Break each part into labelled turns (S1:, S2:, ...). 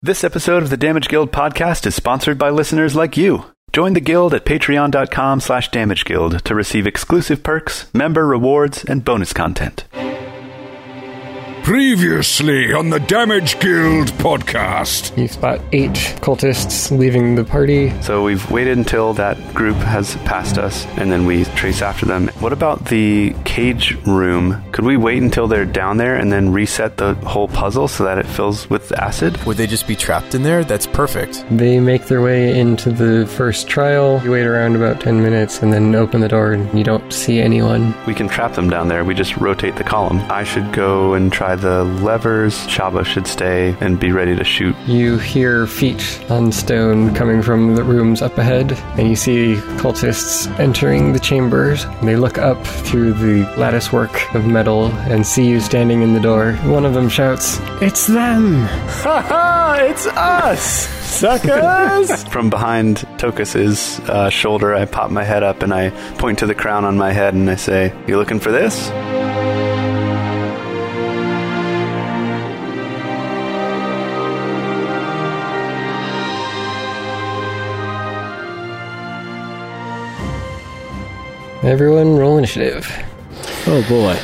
S1: This episode of the Damage Guild podcast is sponsored by listeners like you. Join the guild at patreon.com slash damageguild to receive exclusive perks, member rewards, and bonus content.
S2: Previously on the Damage Guild podcast.
S3: You spot eight cultists leaving the party.
S1: So we've waited until that group has passed us, and then we trace after them. What about the cage room? Could we wait until they're down there and then reset the whole puzzle so that it fills with acid?
S4: Would they just be trapped in there? That's perfect.
S3: They make their way into the first trial. You wait around about 10 minutes and then open the door and you don't see anyone.
S1: We can trap them down there. We just rotate the column. I should go and try the levers. Shaba should stay and be ready to shoot.
S3: You hear feet on stone coming from the rooms up ahead and you see cultists entering the chambers. They look up through the latticework of metal and see you standing in the door. One of them shouts, It's them!
S1: Haha, it's us! Suckers! From behind Tokus's uh, shoulder, I pop my head up and I point to the crown on my head and I say, You looking for this?
S3: Everyone roll initiative.
S5: Oh boy.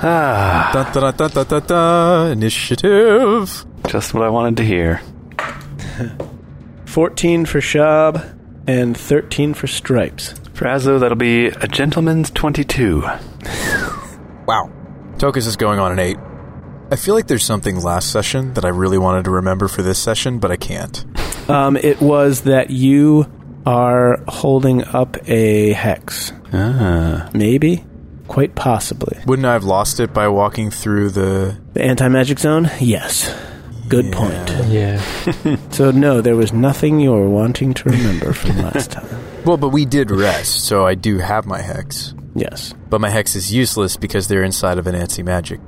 S1: Ah,
S4: Dun, dun, dun, dun, dun, dun, initiative.
S1: just what I wanted to hear.
S5: 14 for Shab and 13 for Stripes.
S1: For Azzo, that'll be a gentleman's 22.
S4: Wow. Tokus is going on an eight. I feel like there's something last session that I really wanted to remember for this session, but I can't.
S5: Um, it was that you are holding up a hex.
S1: Ah.
S5: Maybe? Quite possibly.
S4: Wouldn't I have lost it by walking through the.
S5: The anti magic zone? Yes. Good point.
S3: Yeah.
S5: So, no, there was nothing you were wanting to remember from last time.
S4: Well, but we did rest, so I do have my hex.
S5: Yes.
S4: But my hex is useless because they're inside of an anti magic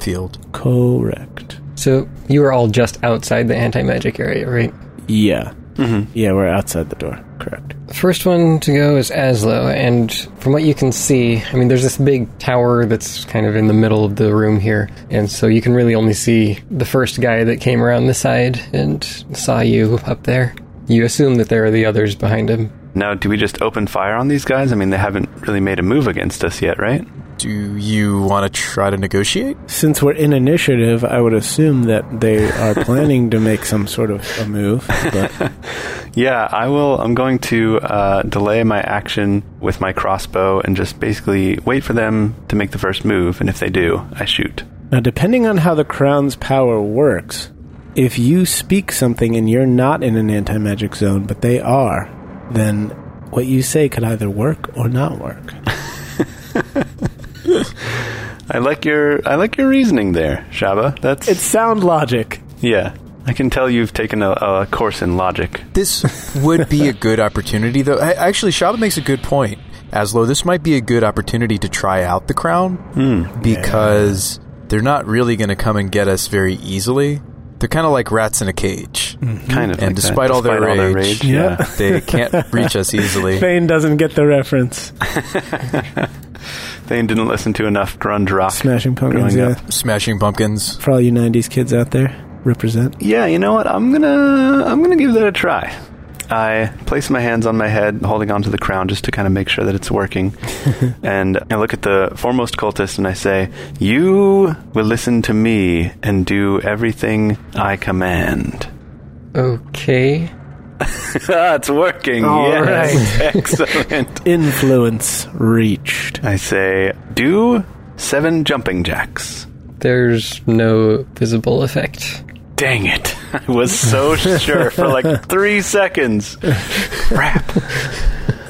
S4: field.
S5: Correct.
S3: So you were all just outside the anti magic area, right?
S5: Yeah. Mm-hmm. Yeah, we're outside the door. Correct.
S3: First one to go is Aslo, and from what you can see, I mean, there's this big tower that's kind of in the middle of the room here, and so you can really only see the first guy that came around the side and saw you up there. You assume that there are the others behind him.
S1: Now, do we just open fire on these guys? I mean, they haven't really made a move against us yet, right?
S4: Do you want to try to negotiate?
S5: Since we're in initiative, I would assume that they are planning to make some sort of a move, but
S1: Yeah, I will. I'm going to uh, delay my action with my crossbow and just basically wait for them to make the first move, and if they do, I shoot.
S5: Now, depending on how the crown's power works, if you speak something and you're not in an anti magic zone, but they are, then what you say could either work or not work.
S1: I like your I like your reasoning there, Shaba. That's
S5: It's sound logic.
S1: yeah. I can tell you've taken a, a course in logic.
S4: This would be a good opportunity, though. I, actually, Shaba makes a good point. Aslo, this might be a good opportunity to try out the crown because they're not really going to come and get us very easily. They're kind of like rats in a cage.
S1: Kind of.
S4: And
S1: like that.
S4: despite all their
S1: Despite
S4: rage,
S1: yeah.
S4: they can't reach us easily.
S5: Fane doesn't get the reference.
S1: Thane didn't listen to enough grunge rock.
S5: Smashing pumpkins,
S1: growing
S5: yeah.
S1: up.
S4: Smashing pumpkins.
S5: For all you 90s kids out there, represent.
S1: Yeah, you know what? I'm gonna I'm gonna give that a try. I place my hands on my head, holding onto the crown just to kind of make sure that it's working. and I look at the foremost cultist and I say, "You will listen to me and do everything I command."
S3: Okay.
S1: Ah, it's working.
S5: All
S1: yes, excellent.
S5: Influence reached.
S1: I say, "Do seven jumping jacks."
S3: There's no visible effect.
S1: Dang it! I was so sure for like three seconds. Crap.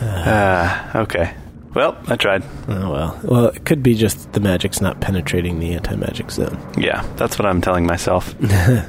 S1: Ah, okay. Well, I tried.
S5: Oh, well. Well, it could be just the magic's not penetrating the anti magic zone.
S1: Yeah, that's what I'm telling myself.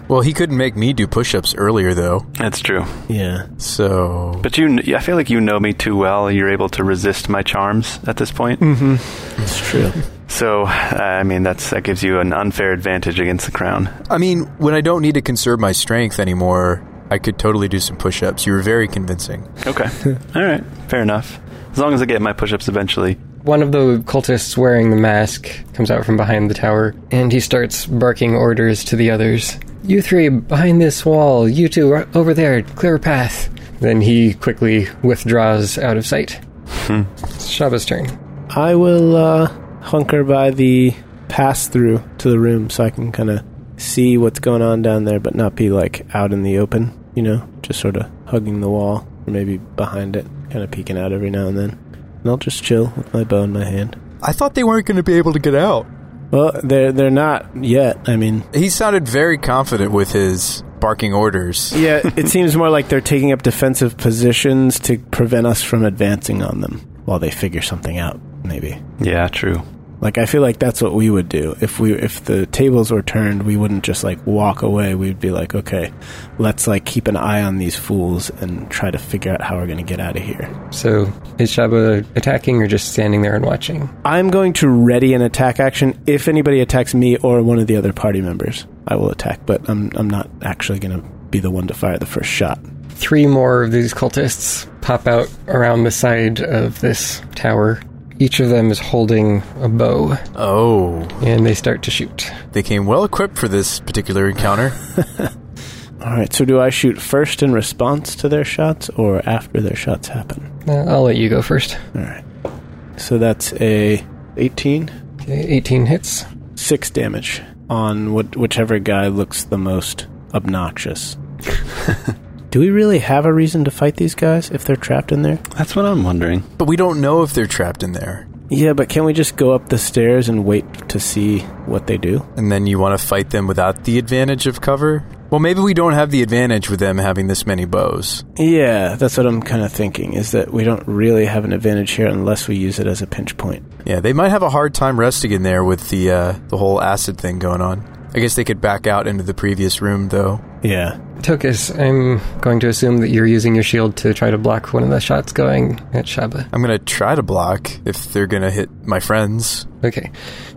S4: Well, he couldn't make me do push ups earlier, though.
S1: That's true.
S5: Yeah.
S4: So.
S1: But you, kn- I feel like you know me too well. You're able to resist my charms at this point.
S5: It's true.
S1: So, uh, I mean, that's that gives you an unfair advantage against the crown.
S4: I mean, when I don't need to conserve my strength anymore, I could totally do some push ups. You were very convincing.
S1: Okay. All right. Fair enough. As long as I get my push-ups eventually.
S3: One of the cultists wearing the mask comes out from behind the tower, and he starts barking orders to the others. You three behind this wall. You two are over there. Clear a path. Then he quickly withdraws out of sight. It's Shaba's turn.
S5: I will uh, hunker by the pass through to the room so I can kind of see what's going on down there, but not be like out in the open, you know, just sort of hugging the wall or maybe behind it, kind of peeking out every now and then. And I'll just chill with my bow in my hand.
S4: I thought they weren't going to be able to get out.
S5: Well, they're they're not yet. I mean,
S4: He sounded very confident with his barking orders.
S5: yeah, it seems more like they're taking up defensive positions to prevent us from advancing on them while they figure something out. Maybe.
S1: Yeah, true.
S5: Like I feel like that's what we would do if we if the tables were turned, we wouldn't just like walk away. We'd be like, okay, let's like keep an eye on these fools and try to figure out how we're going to get out of here.
S3: So is Shaba attacking or just standing there and watching?
S5: I'm going to ready an attack action. If anybody attacks me or one of the other party members, I will attack, but I'm I'm not actually going to be the one to fire the first shot.
S3: Three more of these cultists pop out around the side of this tower. Each of them is holding a bow,
S4: Oh,
S3: and they start to shoot.
S4: they came well equipped for this particular encounter.
S5: All right, so do I shoot first in response to their shots or after their shots happen?
S3: Uh, I'll let you go first.
S5: All right. So that's a 18.
S3: Okay, 18 hits.
S5: six damage on what, whichever guy looks the most obnoxious. Do we really have a reason to fight these guys if they're trapped in there?
S1: That's what I'm wondering.
S4: but we don't know if they're trapped in there.
S5: Yeah, but can we just go up the stairs and wait to see what they do?
S4: And then you want to fight them without the advantage of cover? Well, maybe we don't have the advantage with them having this many bows.
S5: Yeah, that's what I'm kind of thinking is that we don't really have an advantage here unless we use it as a pinch point.
S4: Yeah, they might have a hard time resting in there with the uh, the whole acid thing going on. I guess they could back out into the previous room though.
S5: Yeah.
S3: Tokus, I'm going to assume that you're using your shield to try to block one of the shots going at Shaba.
S4: I'm gonna try to block if they're gonna hit my friends.
S3: Okay.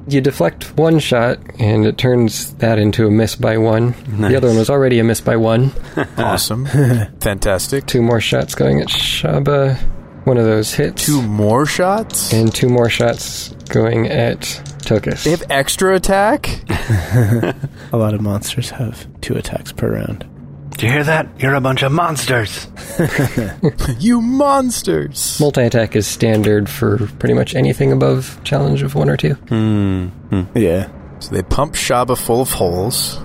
S3: You deflect one shot, and it turns that into a miss by one. The other one was already a miss by one.
S4: Awesome, fantastic.
S3: Two more shots going at Shaba. One of those hits.
S4: Two more shots.
S3: And two more shots going at Tokus.
S4: They have extra attack.
S5: A lot of monsters have two attacks per round.
S1: Do you hear that? You're a bunch of monsters.
S4: you monsters.
S3: Multi attack is standard for pretty much anything above challenge of one or two.
S1: Hmm,
S5: Yeah.
S4: So they pump Shaba full of holes.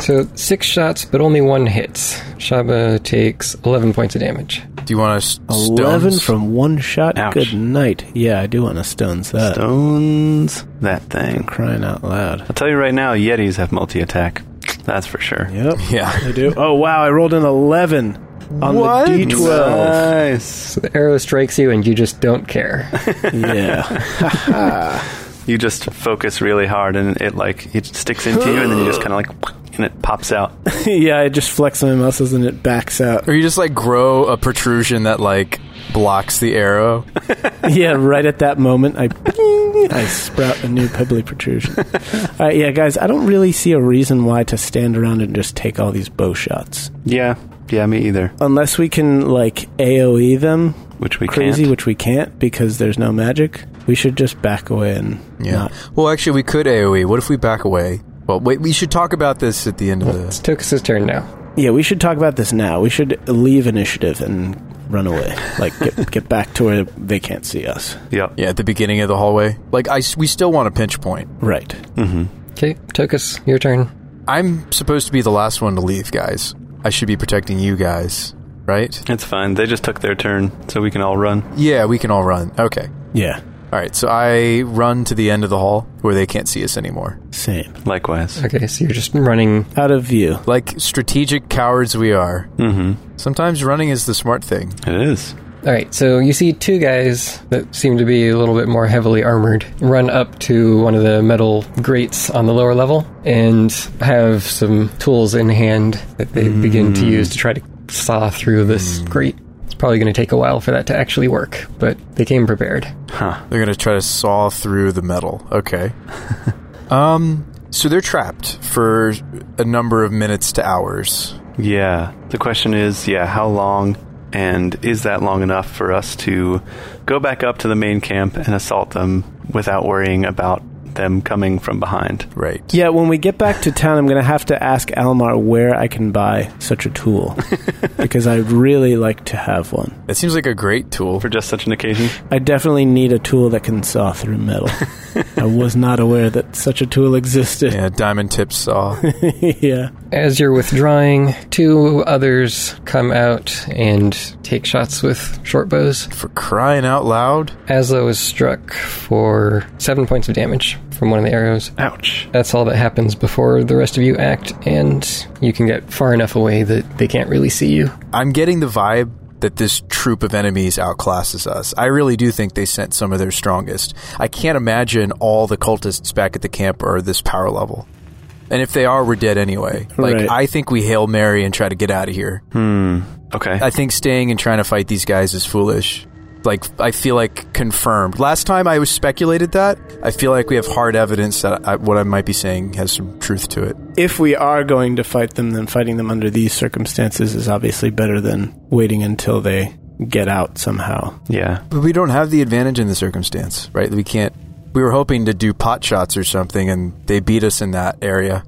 S3: So six shots, but only one hits. Shaba takes 11 points of damage.
S4: Do you want to
S5: 11 from one shot.
S1: Ouch.
S5: Good night. Yeah, I do want to stones that.
S1: Stones. That thing.
S5: Crying out loud.
S1: I'll tell you right now, Yetis have multi attack. That's for sure.
S5: Yep.
S4: Yeah.
S5: I do. Oh wow! I rolled an eleven on
S4: What?
S5: the d12.
S1: Nice.
S3: So the arrow strikes you, and you just don't care.
S5: yeah.
S1: You just focus really hard, and it like it sticks into you, and then you just kind of like, and it pops out.
S5: yeah. I just flex my muscles and it backs out.
S4: Or you just like grow a protrusion that like blocks the arrow.
S5: yeah. Right at that moment, I ping, I sprout a new pebbly protrusion. all right, yeah, guys. I don't really see a reason why to stand around and just take all these bow shots
S1: Yeah, yeah, me either.
S5: unless we can like AOE them.
S1: Which we
S5: Crazy,
S1: can't.
S5: which we can't because there's no magic. We should just back away and
S4: Yeah.
S5: not.
S4: Well, actually, we could AOE. What if we back away? Well, wait. We should talk about this at the end of
S3: It's
S4: the.
S3: Tokus' turn now.
S5: Yeah, we should talk about this now. We should leave initiative and run away. Like get get back to where they can't see us.
S1: Yep.
S4: Yeah, at the beginning of the hallway. Like, I s- we still want a pinch point.
S5: Right.
S1: Mm-hmm.
S3: Okay, Tokus, your turn.
S4: I'm supposed to be the last one to leave, guys. I should be protecting you guys, right?
S1: It's fine. They just took their turn, so we can all run.
S4: Yeah, we can all run. Okay.
S5: Yeah.
S4: All right. So I run to the end of the hall where they can't see us anymore.
S5: Same.
S1: Likewise.
S3: Okay, so you're just running.
S5: Out of view.
S4: Like strategic cowards we are.
S1: Mm-hmm.
S4: Sometimes running is the smart thing.
S1: It is.
S3: All right, so you see two guys that seem to be a little bit more heavily armored run up to one of the metal grates on the lower level and have some tools in hand that they begin to use to try to saw through this grate. It's probably going to take a while for that to actually work, but they came prepared.
S4: They're gonna try to saw through the metal. Okay. um. So they're trapped for a number of minutes to hours.
S1: Yeah. The question is, yeah, how long and is that long enough for us to go back up to the main camp and assault them without worrying about them coming from behind.
S4: Right.
S5: Yeah, when we get back to town, I'm going to have to ask Almar where I can buy such a tool because I'd really like to have one.
S4: That seems like a great tool.
S1: For just such an occasion.
S5: I definitely need a tool that can saw through metal. I was not aware that such a tool existed.
S4: Yeah, diamond tip saw.
S5: yeah.
S3: As you're withdrawing, two others come out and take shots with short bows.
S4: For crying out loud.
S3: Aslo is struck for seven points of damage from one of the arrows.
S1: Ouch.
S3: That's all that happens before the rest of you act, and you can get far enough away that they can't really see you.
S4: I'm getting the vibe that this troop of enemies outclasses us. I really do think they sent some of their strongest. I can't imagine all the cultists back at the camp are this power level. And if they are, we're dead anyway. Like,
S5: Right.
S4: I think we hail Mary and try to get out of here.
S1: Okay.
S4: I think staying and trying to fight these guys is foolish. Like, I feel like confirmed. Last time I was speculated that, I feel like we have hard evidence that I, what I might be saying has some truth to it.
S5: If we are going to fight them, then fighting them under these circumstances is obviously better than waiting until they get out somehow.
S1: yeah.
S4: But we don't have the advantage in the circumstance, right? We can't. We were hoping to do pot shots or something, and they beat us in that area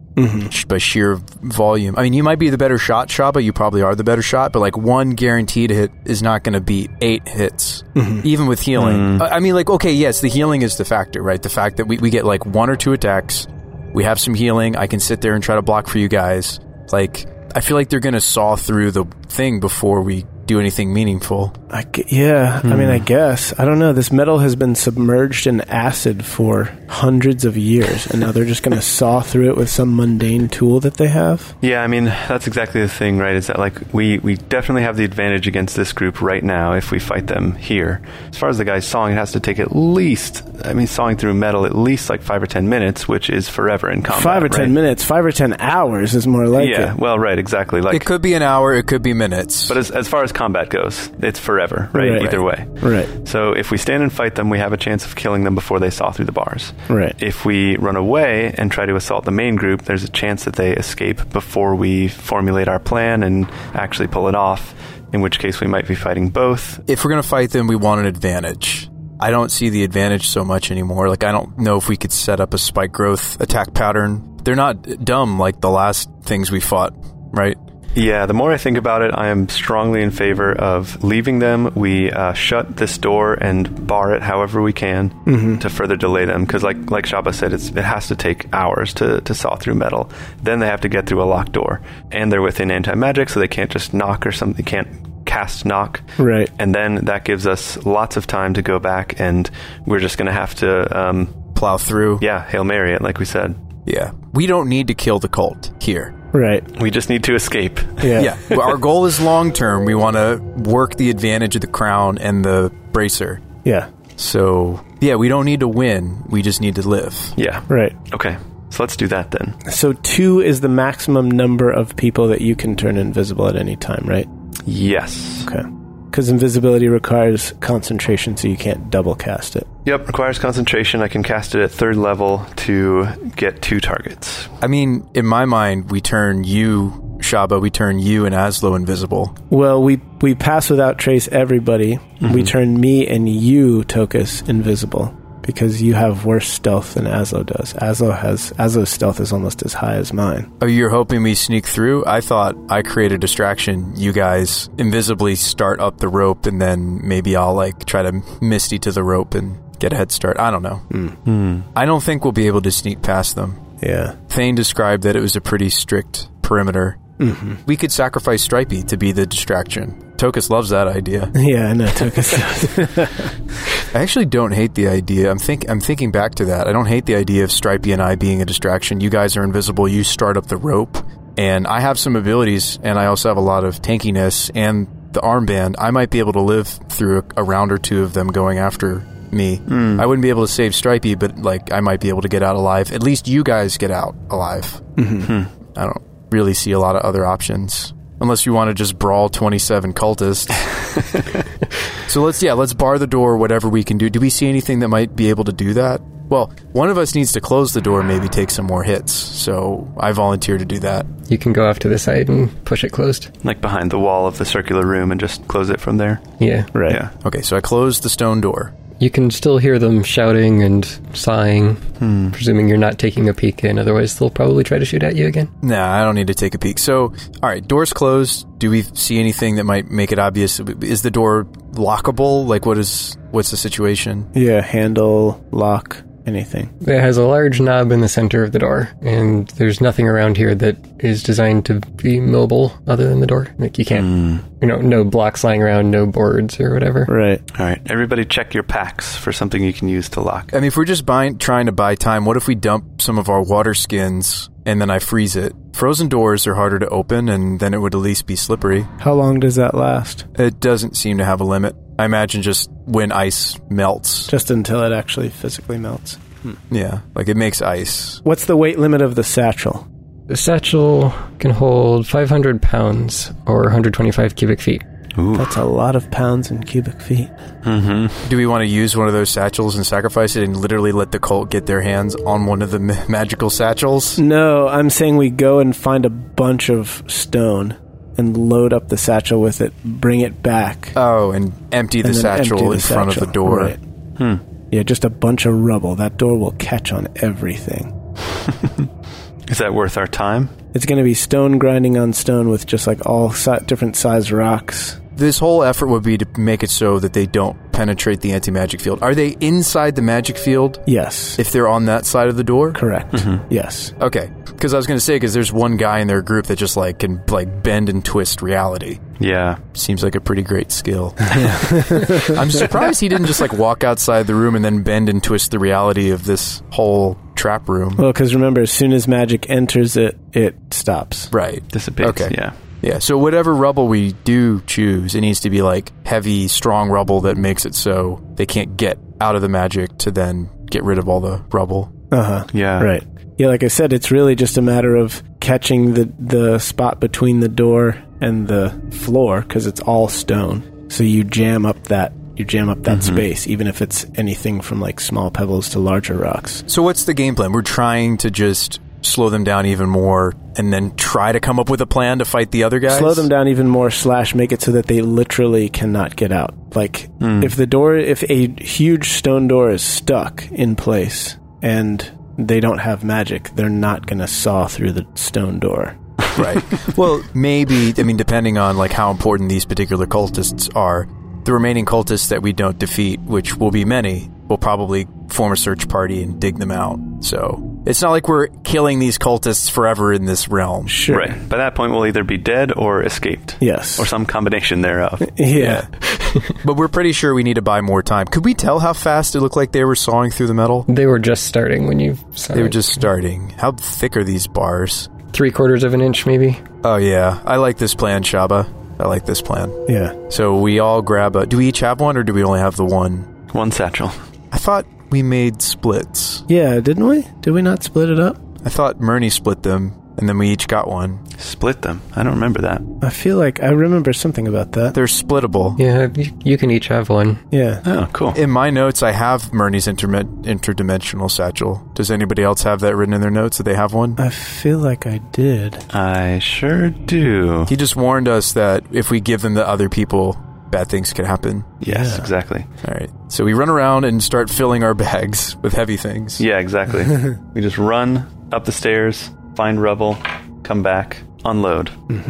S4: sh- by sheer volume. I mean, you might be the better shot, Shaba. You probably are the better shot, but like one guaranteed hit is not going to beat eight hits, even with healing. I I mean, like, okay, yes, the healing is the factor, right? The fact that we, we get like one or two attacks, we have some healing. I can sit there and try to block for you guys. Like, I feel like they're going to saw through the thing before we do anything meaningful.
S5: I gu- yeah, I
S1: Hmm.
S5: mean, I guess. I don't know. This metal has been submerged in acid for hundreds of years, and now they're just going to saw through it with some mundane tool that they have?
S1: Yeah, I mean, that's exactly the thing, right? Is that like we we definitely have the advantage against this group right now if we fight them here. As far as the guy's sawing, it has to take at least I mean, sawing through metal at least like 5 or 10 minutes, which is forever in combat.
S5: five or
S1: right?
S5: ten minutes, five or ten hours is more like
S1: yeah,
S5: it.
S1: well, right, exactly. Like
S4: It could be an hour. It could be minutes.
S1: But as, as far as combat goes, it's forever, right?
S5: Right.
S1: Either way.
S5: Right.
S1: So if we stand and fight them, we have a chance of killing them before they saw through the bars.
S5: Right.
S1: If we run away and try to assault the main group, there's a chance that they escape before we formulate our plan and actually pull it off, in which case we might be fighting both.
S4: if we're going to fight them, we want an advantage. I don't see the advantage so much anymore. Like, I don't know if we could set up a spike growth attack pattern. They're not dumb like the last things we fought, right?
S1: Yeah, the more I think about it, I am strongly in favor of leaving them. We uh, shut this door and bar it however we can
S5: Mm-hmm.
S1: to further delay them. Because, like like Shaba said, it's, it has to take hours to, to saw through metal. Then they have to get through a locked door, and they're within anti magic, so they can't just knock or something. They can't cast knock.
S5: Right.
S1: And then that gives us lots of time to go back, and we're just going to have to, um,
S4: Plow through.
S1: yeah, hail mary it, like we said.
S4: Yeah. We don't need to kill the cult here.
S5: Right.
S1: We just need to escape.
S5: Yeah.
S4: Yeah. Well, Our goal is long term. We want to work the advantage of the crown and the bracer.
S5: Yeah.
S4: So, yeah, we don't need to win. We just need to live.
S1: Yeah.
S5: Right.
S1: Okay. So let's do that then.
S5: So two is the maximum number of people that you can turn invisible at any time, right?
S1: Yes.
S5: Okay. Because invisibility requires concentration, so you can't double cast it.
S1: Yep, requires concentration. I can cast it at third level to get two targets.
S4: I mean, in my mind, we turn you, Shaba, we turn you and Aslo invisible.
S5: Well, we we pass without trace everybody. We turn me and you, Tokus, invisible because you have worse stealth than Aslo does. Aslo has Aslo's stealth is almost as high as mine.
S4: Oh, you're hoping we sneak through? I thought I create a distraction. You guys invisibly start up the rope, and then maybe I'll like try to misty to the rope and get a head start. I don't know. I don't think we'll be able to sneak past them.
S5: Yeah.
S4: Thane described that it was a pretty strict perimeter. Mm-hmm. We could sacrifice Stripey to be the distraction. Tokus loves that idea.
S5: Yeah, I know Tokus.
S4: I actually don't hate the idea. I'm think I'm thinking back to that. I don't hate the idea of Stripey and I being a distraction. You guys are invisible. You start up the rope, and I have some abilities, and I also have a lot of tankiness and the armband. I might be able to live through a, a round or two of them going after me. I wouldn't be able to save Stripey, but like I might be able to get out alive. At least you guys get out alive. I don't really see a lot of other options. Unless you want to just brawl 27 cultists. So let's yeah, let's bar the door. Whatever we can do. Do we see anything that might be able to do that? Well, one of us needs to close the door. and Maybe take some more hits. So I volunteer to do that.
S3: You can go off to the side and push it closed.
S1: Like behind the wall of the circular room and just close it from there.
S3: Yeah.
S5: right.
S1: Yeah.
S4: Okay, so I close the stone door.
S3: You can still hear them shouting and sighing, presuming you're not taking a peek in. Otherwise, they'll probably try to shoot at you again.
S4: Nah, I don't need to take a peek. So, all right, door's closed. Do we see anything that might make it obvious? Is the door lockable? Like, what is what's the situation?
S5: Yeah, handle, lock, anything.
S3: It has a large knob in the center of the door, and there's nothing around here that is designed to be mobile other than the door. Like, you can't,
S4: Hmm.
S3: you know, no blocks lying around, no boards or whatever.
S5: Right.
S1: All right, everybody, check your packs for something you can use to lock.
S4: I mean, if we're just buying, trying to buy time, what if we dump some of our water skins and then I freeze it? Frozen doors are harder to open, and then it would at least be slippery.
S5: How long does that last?
S4: It doesn't seem to have a limit. I imagine just when ice melts.
S5: Just until it actually physically melts.
S4: Yeah, like it makes ice.
S5: What's the weight limit of the satchel?
S3: The satchel can hold 500 pounds or 125 cubic feet.
S1: Ooh,
S5: That's a lot of pounds in cubic feet.
S1: Mm-hmm.
S4: Do we want to use one of those satchels and sacrifice it and literally let the cult get their hands on one of the ma- magical satchels?
S5: No, I'm saying we go and find a bunch of stone and load up the satchel with it, bring it back.
S4: Oh, and empty the
S5: and then
S4: satchel
S5: empty the
S4: in front of
S5: satchel.
S4: the door. Hmm.
S5: Right. Yeah, just a bunch of rubble. That door will catch on everything.
S1: is that worth our time?
S5: It's going to be stone grinding on stone with just like all si- different sized rocks.
S4: This whole effort would be to make it so that they don't penetrate the anti magic field. Are they inside the magic field
S5: Yes.
S4: if they're on that side of the door?
S5: correct.
S4: Mm-hmm.
S5: Yes.
S4: Okay, because I was going to say because there's one guy in their group that just like can like bend and twist reality.
S1: Yeah,
S4: Seems like a pretty great skill. I'm surprised he didn't just like walk outside the room and then bend and twist the reality of this whole trap room.
S5: Well, because remember, as soon as magic enters it, it stops.
S4: Right.
S1: dissipates.
S4: Okay.
S1: Yeah.
S4: Yeah. So whatever rubble we do choose, it needs to be like heavy, strong rubble that makes it so they can't get out of the magic to then get rid of all the rubble.
S5: Uh huh.
S1: Yeah.
S5: Right. Yeah, like I said, it's really just a matter of catching the the spot between the door and the floor because it's all stone. So you jam up that you jam up that space, even if it's anything from like small pebbles to larger rocks.
S4: So what's the game plan? We're trying to just slow them down even more and then try to come up with a plan to fight the other guys.
S5: Slow them down even more. Slash, make it so that they literally cannot get out. Like if the door, if a huge stone door is stuck in place and they don't have magic, they're not gonna saw through the stone door.
S4: right. Well, maybe I mean depending on like how important these particular cultists are, the remaining cultists that we don't defeat, which will be many, will probably form a search party and dig them out. So, it's not like we're killing these cultists forever in this realm.
S5: Sure.
S1: Right. By that point, we'll either be dead or escaped.
S5: Yes.
S1: Or some combination thereof.
S5: yeah.
S4: But we're pretty sure we need to buy more time. Could we tell how fast it looked like they were sawing through the metal?
S3: They were just starting when you saw
S4: They were
S3: it.
S4: just starting. How thick are these bars?
S3: three quarters of an inch, maybe.
S4: Oh yeah, I like this plan, Shaba. I like this plan.
S5: Yeah.
S4: So we all grab a. Do we each have one, or do we only have the one?
S1: One satchel.
S4: I thought we made splits.
S5: Yeah, didn't we? Did we not split it up?
S4: I thought Murney split them, and then we each got one.
S1: Split them. I don't remember that.
S5: I feel like I remember something about that.
S4: They're splittable.
S3: Yeah, you, you can each have one.
S5: Yeah.
S1: Oh, cool.
S4: In my notes, I have Murney's intermi- interdimensional satchel. Does anybody else have that written in their notes that they have one?
S5: I feel like I did.
S1: I sure do.
S4: He just warned us that if we give them to other people, bad things could happen.
S1: Yes,
S5: Yeah.
S1: exactly.
S4: All right. So we run around and start filling our bags with heavy things.
S1: Yeah, exactly. we just run up the stairs, find rubble, come back, unload.
S5: Mm-hmm.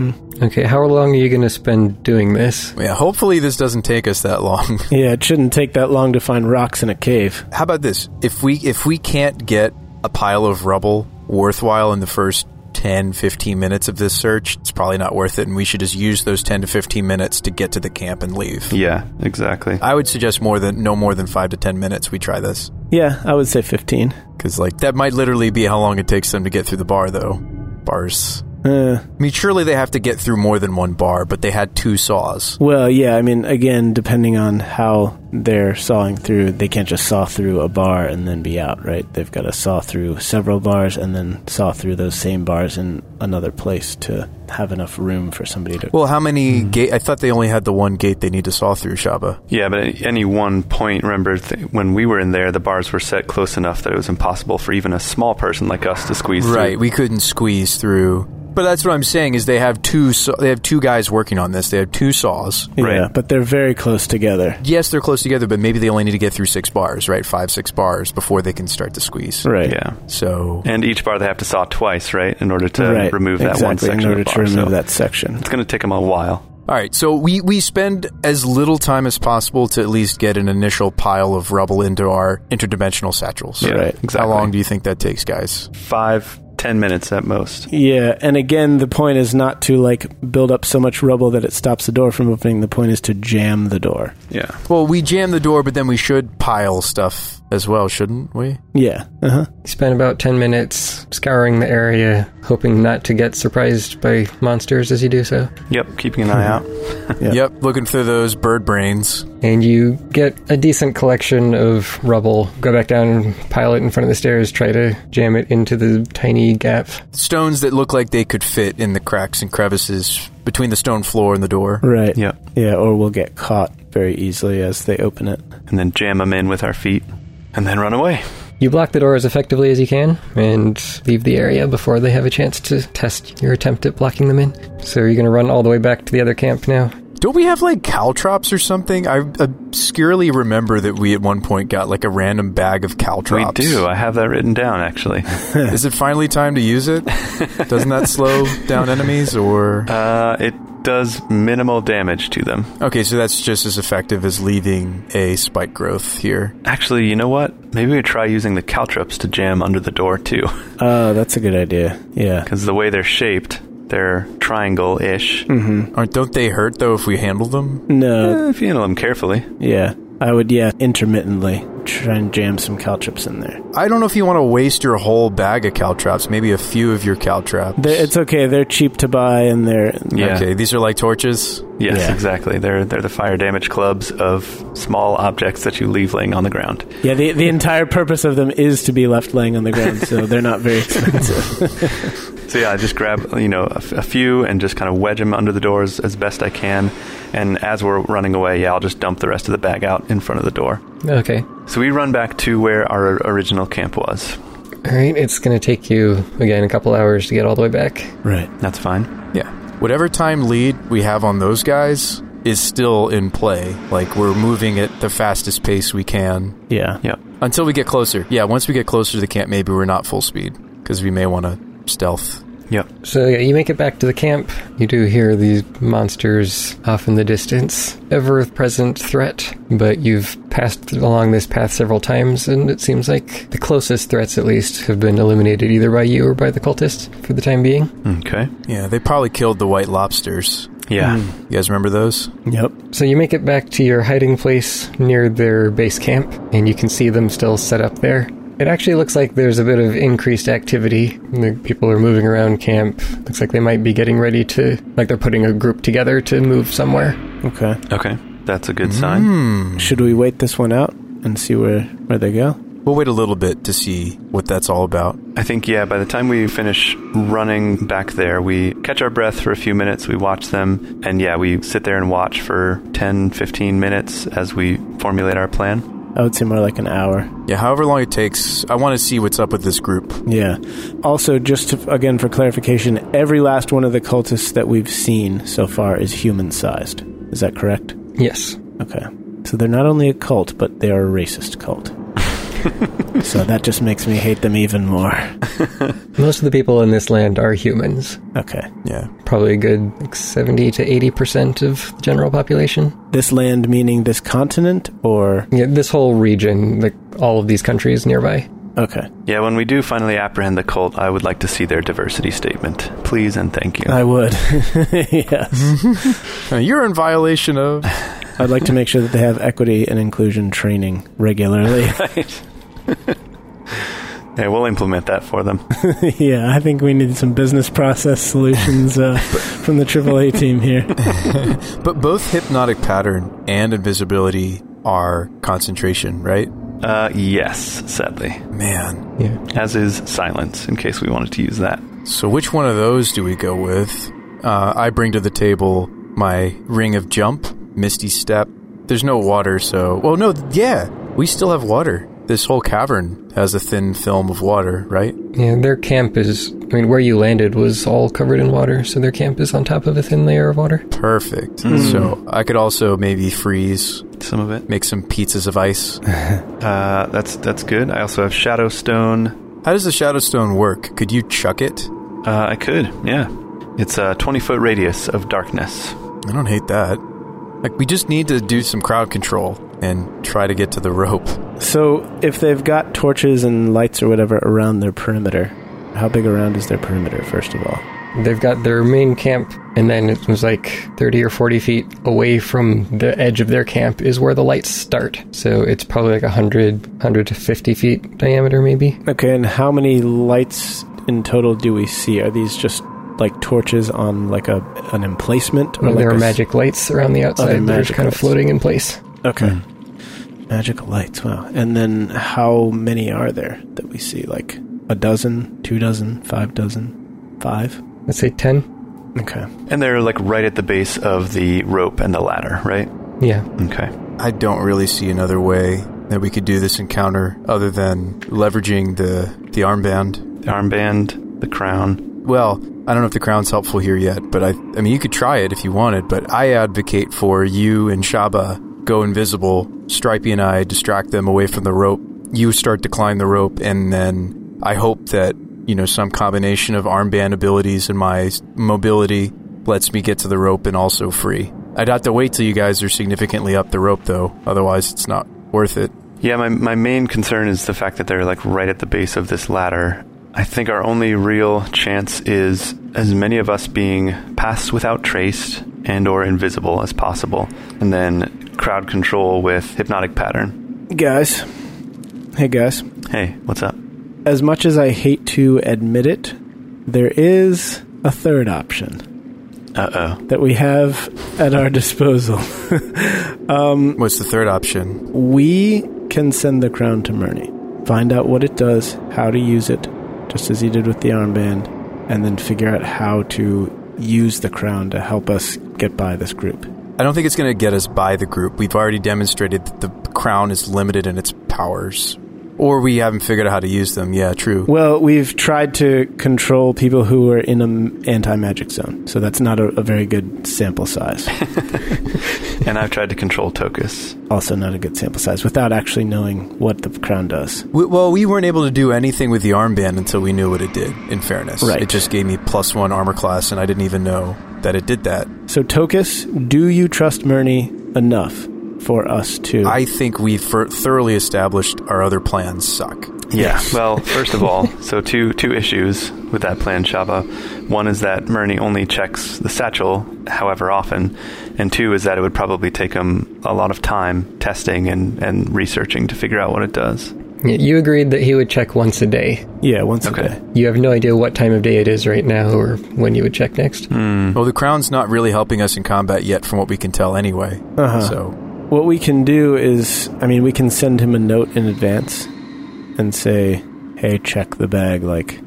S3: Okay, how long are you going to spend doing this?
S4: Yeah, hopefully this doesn't take us that long.
S5: Yeah, it shouldn't take that long to find rocks in a cave.
S4: How about this? If we if we can't get a pile of rubble worthwhile in the first 10 15 minutes of this search, it's probably not worth it and we should just use those 10 to 15 minutes to get to the camp and leave.
S1: Yeah, exactly.
S4: I would suggest more than no more than 5 to 10 minutes we try this
S5: Yeah, I would say 15.
S4: cuz like that might literally be how long it takes them to get through the bar though. Bars.
S5: Uh,
S4: I mean, surely they have to get through more than one bar, but they had two saws.
S5: well, yeah, I mean, again, depending on how they're sawing through, they can't just saw through a bar and then be out, right? They've got to saw through several bars and then saw through those same bars in another place to have enough room for somebody to.
S4: Well, how many gate? I thought they only had the one gate they need to saw through, Shaba.
S1: Yeah, but at any one point, remember th- when we were in there, the bars were set close enough that it was impossible for even a small person like us to squeeze
S4: Right,
S1: through.
S4: we couldn't squeeze through. But that's what I'm saying is they have two saw- they have two guys working on this. They have two saws.
S5: yeah,
S1: right.
S5: but they're very close together.
S4: Yes, they're close together, but maybe they only need to get through six bars, right? Five, six bars before they can start to squeeze.
S5: Right.
S1: Yeah.
S4: So
S1: And each bar they have to saw twice, right, in order to
S5: right.
S1: remove that
S5: exactly,
S1: one section
S5: in order
S1: of the
S5: to
S1: bar.
S5: remove
S1: so
S5: that section.
S1: It's going to take them a while.
S4: All right, so we, we spend as little time as possible to at least get an initial pile of rubble into our interdimensional satchels.
S1: Yeah,
S5: Right.
S1: Exactly.
S4: How long do you think that takes, guys?
S1: Five, ten minutes at most.
S5: Yeah, and again, the point is not to like build up so much rubble that it stops the door from opening. The point is to jam the door.
S1: Yeah.
S4: Well, we jam the door, but then we should pile stuff as well, shouldn't we?
S5: Yeah. Uh huh.
S3: You spend about 10 minutes scouring the area, hoping not to get surprised by monsters as you do so.
S1: Yep. Keeping an eye out.
S5: Yeah.
S4: Yep, looking through those bird brains.
S3: And you get a decent collection of rubble. Go back down, pile it in front of the stairs, try to jam it into the tiny gap.
S4: Stones that look like they could fit in the cracks and crevices between the stone floor and the door.
S5: Right.
S1: Yep.
S5: Yeah, or we'll get caught very easily as they open it.
S1: And then jam them in with our feet, and then run away.
S3: You block the door as effectively as you can and leave the area before they have a chance to test your attempt at blocking them in. So you're going to run all the way back to the other camp now.
S4: Don't we have like caltrops or something? I obscurely remember that we at one point got like a random bag of caltrops.
S1: We do. I have that written down actually.
S4: Is it finally time to use it? Doesn't that slow down enemies or
S1: Uh, it does minimal damage to them.
S4: Okay, so that's just as effective as leaving a spike growth here.
S1: Actually, you know what? Maybe we try using the caltrops to jam under the door too,
S5: Oh, that's a good idea. Yeah.
S1: because the way they're shaped, they're triangle-ish.
S4: Aren't don't they hurt though if we handle them?
S5: No.
S1: Eh, if you handle them carefully,
S5: Yeah. I would, yeah, intermittently try and jam some caltrops in there.
S4: I don't know if you want to waste your whole bag of caltrops, maybe a few of your caltrops.
S5: They're, it's okay. They're cheap to buy and they're.
S1: yeah.
S4: Okay, these are like torches.
S1: Yes,
S5: Yeah.
S1: exactly. They're they're the fire damage clubs of small objects that you leave laying on the ground.
S5: Yeah, the, the entire purpose of them is to be left laying on the ground, so they're not very expensive.
S1: So yeah, I just grab you know a, f- a few and just kind of wedge them under the doors as best I can. And as we're running away, yeah, I'll just dump the rest of the bag out in front of the door.
S3: Okay.
S1: So we run back to where our original camp was.
S3: All right, it's going to take you, again, a couple hours to get all the way back.
S5: right.
S1: That's fine.
S4: Yeah. Whatever time lead we have on those guys is still in play. Like we're moving at the fastest pace we can
S5: Yeah.
S1: Yep.
S4: until we get closer. Yeah, once we get closer to the camp, maybe we're not full speed because we may want to stealth.
S1: Yep.
S3: So yeah, you make it back to the camp. You do hear these monsters off in the distance, ever present threat, but you've passed along this path several times, and it seems like the closest threats, at least, have been eliminated either by you or by the cultists for the time being.
S1: Okay.
S4: Yeah, they probably killed the white lobsters.
S1: Yeah.
S4: You guys remember those?
S5: Mm. Yep.
S3: So you make it back to your hiding place near their base camp, and you can see them still set up there. It actually looks like there's a bit of increased activity. The people are moving around camp. Looks like they might be getting ready to, like they're putting a group together to move somewhere.
S5: Okay.
S1: Okay. That's a good
S4: Mm.
S1: sign.
S4: Hmm.
S5: Should we wait this one out and see where, where they go?
S4: We'll wait a little bit to see what that's all about.
S1: I think yeah. By the time we finish running back there, we catch our breath for a few minutes. We watch them, and yeah, we sit there and watch for 10, 15 minutes as we formulate our plan.
S5: I would say more like an hour.
S4: Yeah, however long it takes, I want to see what's up with this group.
S5: Yeah. Also, just to, again for clarification, every last one of the cultists that we've seen so far is human sized. Is that correct?
S3: Yes.
S5: Okay. So they're not only a cult, but they are a racist cult. so that just makes me hate them even more.
S3: Most of the people in this land are humans.
S5: Okay.
S4: Yeah.
S3: Probably a good like, 70 to 80% of the general population.
S5: This land meaning this continent, or.
S3: Yeah, this whole region, like all of these countries nearby.
S5: Okay.
S1: Yeah. When we do finally apprehend the cult, I would like to see their diversity statement, please and thank you.
S5: I would. yes.
S4: Uh, you're in violation of.
S5: I'd like to make sure that they have equity and inclusion training regularly.
S1: yeah, we'll implement that for them.
S5: yeah, I think we need some business process solutions uh, from the AAA team here.
S4: But both hypnotic pattern and invisibility are concentration, right?
S1: Uh, yes, sadly.
S4: Man.
S3: Yeah.
S1: As is silence, in case we wanted to use that.
S4: So, which one of those do we go with? Uh, I bring to the table my ring of jump, misty step. There's no water, so. Well, no, yeah, we still have water. This whole cavern has a thin film of water, right?
S3: Yeah, their camp is. I mean, where you landed was all covered in water, so their camp is on top of a thin layer of water.
S4: Perfect. So I could also maybe freeze,
S1: Some of it.
S4: make some pizzas of ice.
S1: Uh, that's that's good. I also have shadow stone.
S4: How does the shadow stone work? Could you chuck it?
S1: Uh, I could, yeah. It's a twenty foot radius of darkness.
S4: I don't hate that. Like we just need to do some crowd control and try to get to the rope.
S5: So if they've got torches and lights or whatever around their perimeter, how big around is their perimeter, first of all?
S3: They've got their main camp, and then it was like 30 or 40 feet away from the edge of their camp is where the lights start. So it's probably like 100, 100 to 50 feet diameter, maybe.
S5: Okay, and how many lights in total do we see? Are these just like torches on like a an emplacement
S3: Well,
S5: like
S3: there
S5: a
S3: are
S5: s- Oh,
S3: magic lights around the outside that are just
S5: magic
S3: kind of
S5: lights.
S3: floating in place.
S5: Okay. Magical lights, wow. And then how many are there that we see? Like a dozen, two dozen, five dozen, five?
S3: Let's say 10.
S5: Okay.
S1: And they're like right at the base of the rope and the ladder, right?
S3: Yeah.
S1: Okay.
S4: I don't really see another way that we could do this encounter other than leveraging the the armband.
S1: The armband, the crown.
S4: Well, I don't know if the crown's helpful here yet, but I I mean you could try it if you wanted, but I advocate for you and Shaba go invisible, Stripey and I distract them away from the rope. You start to climb the rope and then I hope that, you know, some combination of armband abilities and my s- mobility lets me get to the rope and also free. I'd have to wait till you guys are significantly up the rope though, otherwise it's not worth it.
S1: Yeah, my, my main concern is the fact that they're like right at the base of this ladder. I think our only real chance is as many of us being passed without trace and or invisible as possible. And then crowd control with hypnotic pattern.
S5: Guys. Hey guys.
S1: Hey, what's up?
S5: As much as I hate to admit it, there is a third option
S1: Uh oh.
S5: that we have at our disposal. Um,
S4: What's the third option?
S5: We can send the crown to Murney, find out what it does, how to use it, just as he did with the armband, and then figure out how to use the crown to help us get by this group.
S4: I don't think it's going to get us by the group. We've already demonstrated that the crown is limited in its powers. Or we haven't figured out how to use them. Yeah, true.
S5: Well, we've tried to control people who are in an anti magic zone, so that's not a, a very good sample size.
S1: and I've tried to control Tokus.
S5: also, not a good sample size without actually knowing what the crown does.
S4: We, well, we weren't able to do anything with the armband until we knew what it did, in fairness.
S5: Right.
S4: It just gave me plus one armor class, and I didn't even know that it did that.
S5: So, Tokus, do you trust Murney enough for us to.
S4: I think we fir- thoroughly established our other plans suck.
S1: Yeah. Well, first of all, so two two issues with that plan, Shaba. One is that Murney only checks the satchel however often, and two is that it would probably take him a lot of time testing and, and researching to figure out what it does.
S3: Yeah, You agreed that he would check once a day.
S5: yeah, once a
S1: Okay.
S5: day.
S3: You have no idea what time of day it is right now or when you would check next.
S5: Hmm.
S4: Well, the crown's not really helping us in combat yet, from what we can tell anyway.
S5: Uh-huh.
S4: So,
S5: What we can do is, I mean, we can send him a note in advance and say, hey, check the bag, like,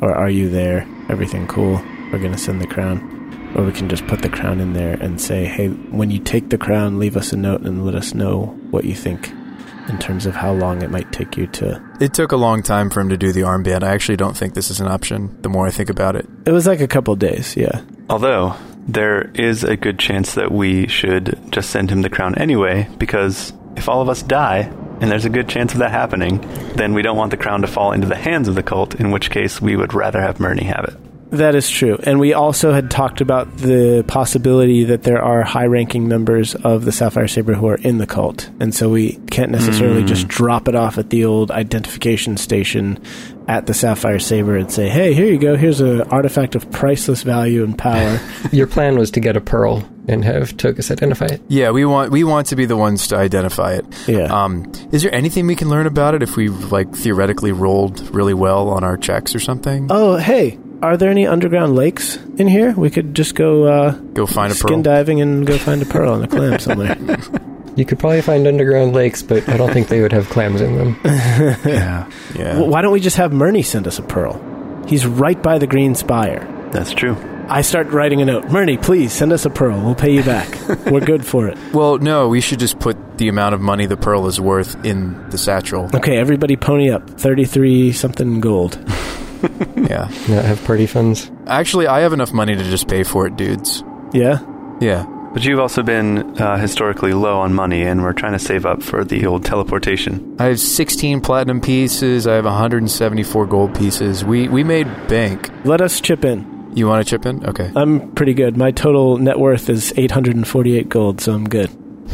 S5: or are you there? Everything cool? We're going to send the crown. Or we can just put the crown in there and say, hey, when you take the crown, leave us a note and let us know what you think in terms of how long it might take you to.
S4: it took a long time for him to do the armband. I actually don't think this is an option the more I think about it.
S5: It was like a couple days, yeah.
S1: Although there is a good chance that we should just send him the crown anyway, because if all of us die, and there's a good chance of that happening, then we don't want the crown to fall into the hands of the cult, in which case we would rather have Murney have it.
S5: That is true. And we also had talked about the possibility that there are high ranking members of the Sapphire Saber who are in the cult. And so we can't necessarily
S4: Hmm.
S5: just drop it off at the old identification station at the Sapphire Saber and say, hey, here you go. Here's an artifact of priceless value and power.
S3: Your plan was to get a pearl and have Tokus identify it.
S4: Yeah, we want we want to be the ones to identify it.
S5: Yeah.
S4: Um, is there anything we can learn about it if we like theoretically rolled really well on our checks or something?
S5: oh, hey, are there any underground lakes in here? We could just go uh,
S4: Go find a pearl.
S5: skin diving and go find a pearl on a clam somewhere.
S3: You could probably find underground lakes, but I don't think they would have clams in them.
S1: Yeah.
S4: yeah.
S5: Why don't we just have Murney send us a pearl? He's right by the Green Spire.
S1: That's true.
S5: I start writing a note. Murdy, please send us a pearl. We'll pay you back. We're good for it.
S4: Well, no, we should just put the amount of money the pearl is worth in the satchel.
S5: Okay, everybody pony up. 33 something gold.
S4: yeah.
S3: Not have party funds.
S4: Actually, I have enough money to just pay for it, dudes.
S5: Yeah?
S4: Yeah.
S1: But you've also been uh, historically low on money, and we're trying to save up for the old teleportation.
S4: I have 16 platinum pieces. I have 174 gold pieces. We we made bank.
S5: Let us chip in.
S4: You want to chip in? Okay.
S5: I'm pretty good. My total net worth is 848 gold, so I'm good.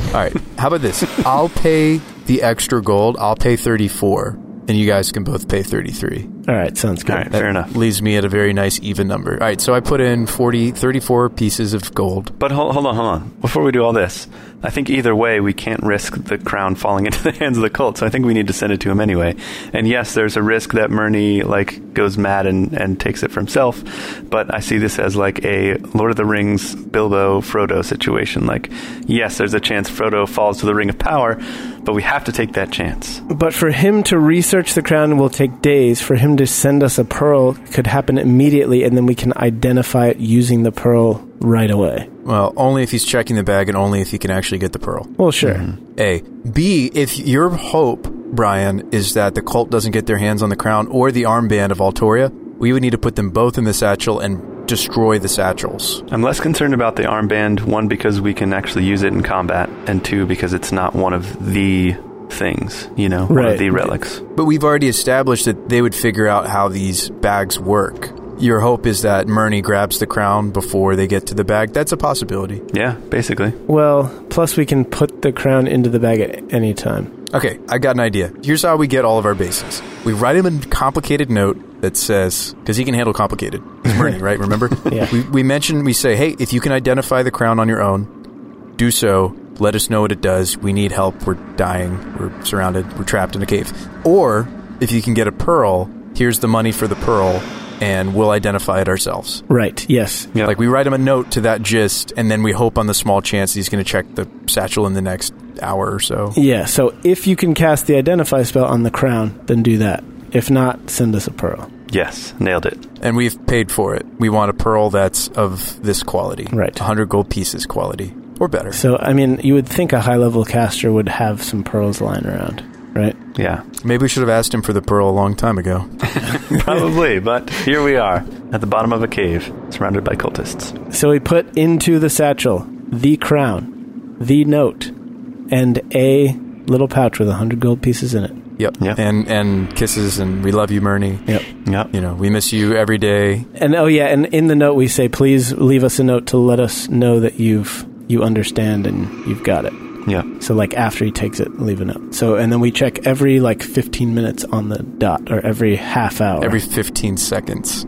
S4: All right. How about this? I'll pay the extra gold. I'll pay 34, and you guys can both pay 33.
S5: All right, sounds good.
S1: All right, fair enough.
S4: Leaves me at a very nice even number. All right. So I put in 40, 34 pieces of gold.
S1: But hold, hold on, hold on. Before we do all this, I think either way we can't risk the crown falling into the hands of the cult. So I think we need to send it to him anyway. And yes, there's a risk that Murney like goes mad and, and takes it for himself. But I see this as like a Lord of the Rings Bilbo Frodo situation. Like, yes, there's a chance Frodo falls to the Ring of Power, but we have to take that chance.
S5: But for him to research the crown will take days. For him to send us a pearl could happen immediately, and then we can identify it using the pearl right away.
S4: Well, only if he's checking the bag, and only if he can actually get the pearl.
S5: Well, sure.
S1: Mm-hmm.
S4: A. B. If your hope, Brian, is that the cult doesn't get their hands on the crown or the armband of Altoria, we would need to put them both in the satchel and destroy the satchels.
S1: I'm less concerned about the armband, one, because we can actually use it in combat, and two, because it's not one of the things, you know, one
S5: Right.
S1: of the relics.
S4: But we've already established that they would figure out how these bags work. Your hope is that Murney grabs the crown before they get to the bag. That's a possibility.
S1: Yeah, basically.
S5: Well, plus we can put the crown into the bag at any time.
S4: Okay, I got an idea. Here's how we get all of our bases. We write him a complicated note that says, because he can handle complicated. It's Murney, right? Remember?
S5: Yeah.
S4: We, we mention, we say, hey, if you can identify the crown on your own, do so. Let us know what it does. We need help. We're dying. We're surrounded. We're trapped in a cave. Or if you can get a pearl, here's the money for the pearl, and we'll identify it ourselves.
S5: Right, yes.
S1: Yeah.
S4: Like we write him a note to that gist, and then we hope on the small chance he's going to check the satchel in the next hour or so.
S5: Yeah, so if you can cast the identify spell on the crown, then do that. If not, send us a pearl.
S1: Yes, nailed it.
S4: and we've paid for it. We want a pearl that's of this quality,
S5: Right.
S4: 100 gold pieces quality or better.
S5: So, I mean, you would think a high level caster would have some pearls lying around, right?
S1: Yeah,
S4: Maybe we should have asked him for the pearl a long time ago.
S1: probably. but here we are at the bottom of a cave, surrounded by cultists.
S5: So we put into the satchel the crown, the note, and a little pouch with a 100 gold pieces in it.
S4: Yep.
S1: Yep.
S4: And and kisses and we love you, Murney.
S5: Yep.
S1: Yep.
S4: You know, we miss you every day.
S5: And oh yeah, and in the note we say please leave us a note to let us know that you've you understand and you've got it.
S1: Yeah.
S5: So like after he takes it, leave a note. So and then we check every like 15 minutes on the dot or every half hour.
S4: Every 15 seconds.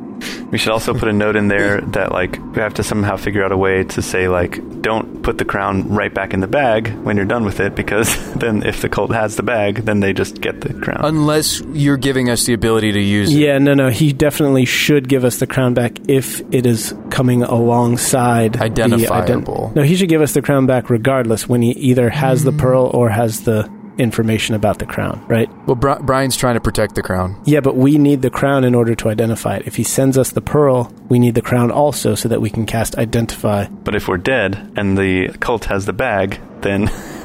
S1: We should also put a note in there that like we have to somehow figure out a way to say like don't put the crown right back in the bag when you're done with it because then if the cult has the bag, then they just get the crown.
S4: Unless you're giving us the ability to use it.
S5: yeah, no, no. He definitely should give us the crown back if it is coming alongside the ident-
S4: Identifiable.
S5: no, he should give us the crown back regardless when he either has the pearl or has the information about the crown, right?
S4: Well, Bri- Brian's trying to protect the crown.
S5: Yeah, but we need the crown in order to identify it. If he sends us the pearl, we need the crown also so that we can cast identify.
S1: but if we're dead and the cult has the bag, then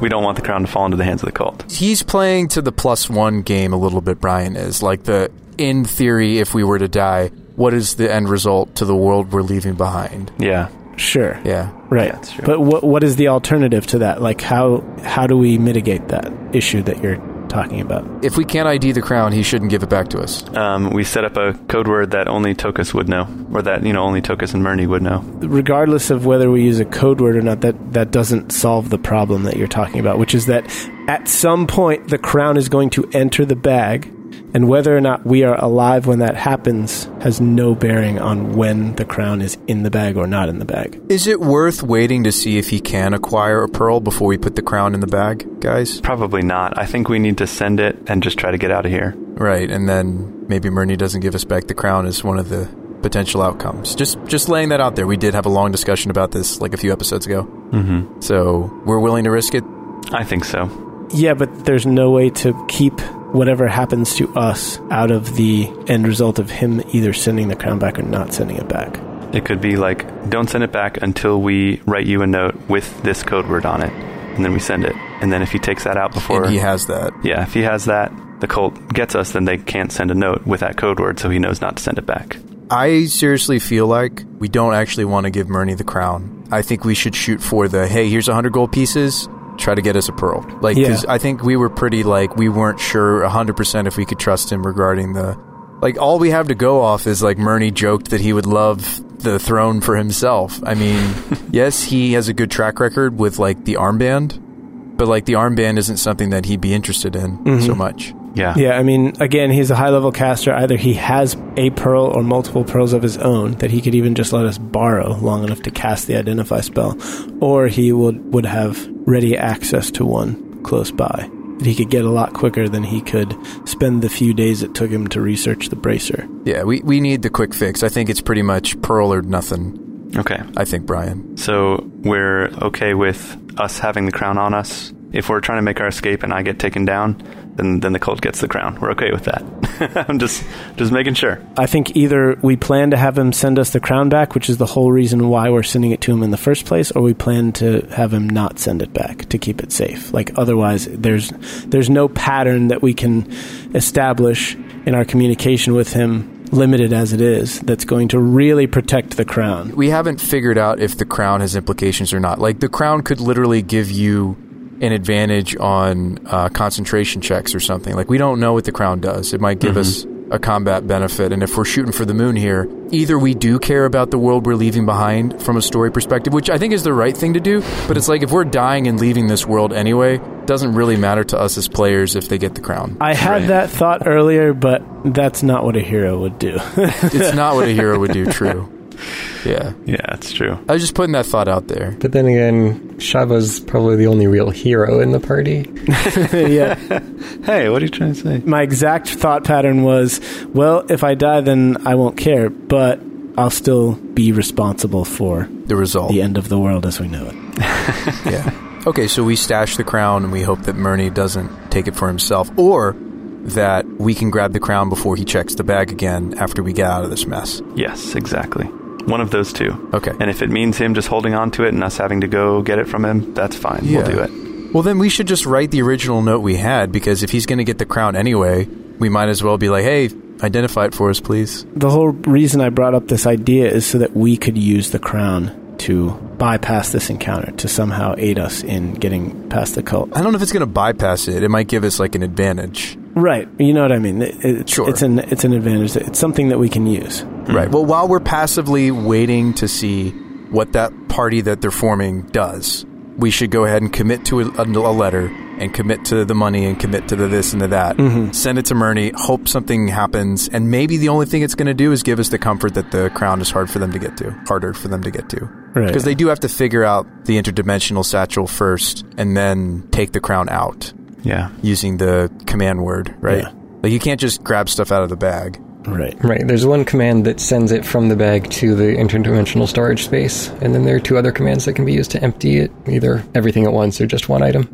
S1: we don't want the crown to fall into the hands of the cult.
S4: He's playing to the plus one game a little bit, Brian is. Like the, in theory, if we were to die, what is the end result to the world we're leaving behind?
S1: Yeah.
S5: Sure.
S4: Yeah.
S5: Right.
S1: that's true.
S5: But what what is the alternative to that? Like how how do we mitigate that issue that you're talking about?
S4: If we can't ID the crown, he shouldn't give it back to us.
S1: Um, we set up a code word that only Tokus would know, or that you know only Tokus and Murney would know.
S5: Regardless of whether we use a code word or not, that that doesn't solve the problem that you're talking about, which is that at some point the crown is going to enter the bag. And whether or not we are alive when that happens has no bearing on when the crown is in the bag or not in the bag.
S4: Is it worth waiting to see if he can acquire a pearl before we put the crown in the bag, guys?
S1: Probably not. I think we need to send it and just try to get out of here.
S4: Right, and then maybe Murney doesn't give us back the crown is one of the potential outcomes. Just just laying that out there. We did have a long discussion about this like a few episodes ago. Mm-hmm. So we're willing to risk it.
S1: I think so.
S5: Yeah, but there's no way to keep whatever happens to us out of the end result of him either sending the crown back or not sending it back.
S1: It could be like, don't send it back until we write you a note with this code word on it, and then we send it. And then if he takes that out before,
S4: and he has that.
S1: yeah, if he has that, the cult gets us, then they can't send a note with that code word, so he knows not to send it back.
S4: I seriously feel like we don't actually want to give Murney the crown. I think we should shoot for the hey, here's 100 gold pieces. Try to get us a pearl. Like, 'cause
S5: Yeah.
S4: I think we were pretty, like, we weren't sure 100% if we could trust him regarding the. Like, all we have to go off is, like, Murney joked that he would love the throne for himself. I mean, yes, he has a good track record with, like, the armband, but, like, the armband isn't something that he'd be interested in so much.
S1: Yeah.
S5: Yeah, I mean, again, he's a high level caster. Either he has a pearl or multiple pearls of his own that he could even just let us borrow long enough to cast the identify spell, or he would would have ready access to one close by that he could get a lot quicker than he could spend the few days it took him to research the bracer.
S4: Yeah, we, we need the quick fix. I think it's pretty much pearl or nothing,
S1: Okay.
S4: I think, Brian.
S1: So we're okay with us having the crown on us. If we're trying to make our escape and I get taken down, then then the cult gets the crown. We're okay with that. I'm just just making sure.
S5: I think either we plan to have him send us the crown back, which is the whole reason why we're sending it to him in the first place, or we plan to have him not send it back to keep it safe. Like otherwise, there's there's no pattern that we can establish in our communication with him, limited as it is, that's going to really protect the crown.
S4: we haven't figured out if the crown has implications or not. Like the crown could literally give you an advantage on uh, concentration checks or something. Like we don't know what the crown does. It might give us a combat benefit. And if we're shooting for the moon here, either we do care about the world we're leaving behind from a story perspective, which I think is the right thing to do. But it's like if we're dying and leaving this world anyway, doesn't really matter to us as players if they get the crown.
S5: I had that thought earlier, but that's not what a hero would do.
S4: it's not what a hero would do. True. Yeah,
S1: Yeah, that's true.
S4: I was just putting that thought out there.
S3: But then again, Shava's probably the only real hero in the party.
S5: yeah.
S1: Hey, what are you trying to say?
S5: my exact thought pattern was, well, if I die, then I won't care, but I'll still be responsible for
S4: The result.
S5: the end of the world as we know it.
S4: Yeah. Okay, so we stash the crown and we hope that Murney doesn't take it for himself or that we can grab the crown before he checks the bag again after we get out of this mess.
S1: Yes, exactly. One of those two.
S4: Okay.
S1: And if it means him just holding on to it and us having to go get it from him, that's fine.
S4: Yeah.
S1: We'll do it.
S4: Well, then we should just write the original note we had because if he's going to get the crown anyway, we might as well be like, hey, identify it for us, please.
S5: The whole reason I brought up this idea is so that we could use the crown to bypass this encounter, to somehow aid us in getting past the cult.
S4: I don't know if it's going to bypass it. It might give us like an advantage.
S5: Right, you know what I mean. It, it-
S4: Sure.
S5: It's an, it's an advantage. It's something that we can use.
S4: Right. Well, while we're passively waiting to see what that party that they're forming does, we should go ahead and commit to a, a letter and commit to the money and commit to the this and the that. Send it to Murney, hope something happens, and maybe the only thing it's going to do is give us the comfort that the crown is hard for them to get to, harder for them to get to.
S5: Right.
S4: Because they do have to figure out the interdimensional satchel first and then take the crown out
S1: Yeah.
S4: using the command word, right?
S5: Yeah.
S4: Like you can't just grab stuff out of the bag.
S5: Right.
S3: Right, there's one command that sends it from the bag to the interdimensional storage space, and then there are two other commands that can be used to empty it, either everything at once or just one item.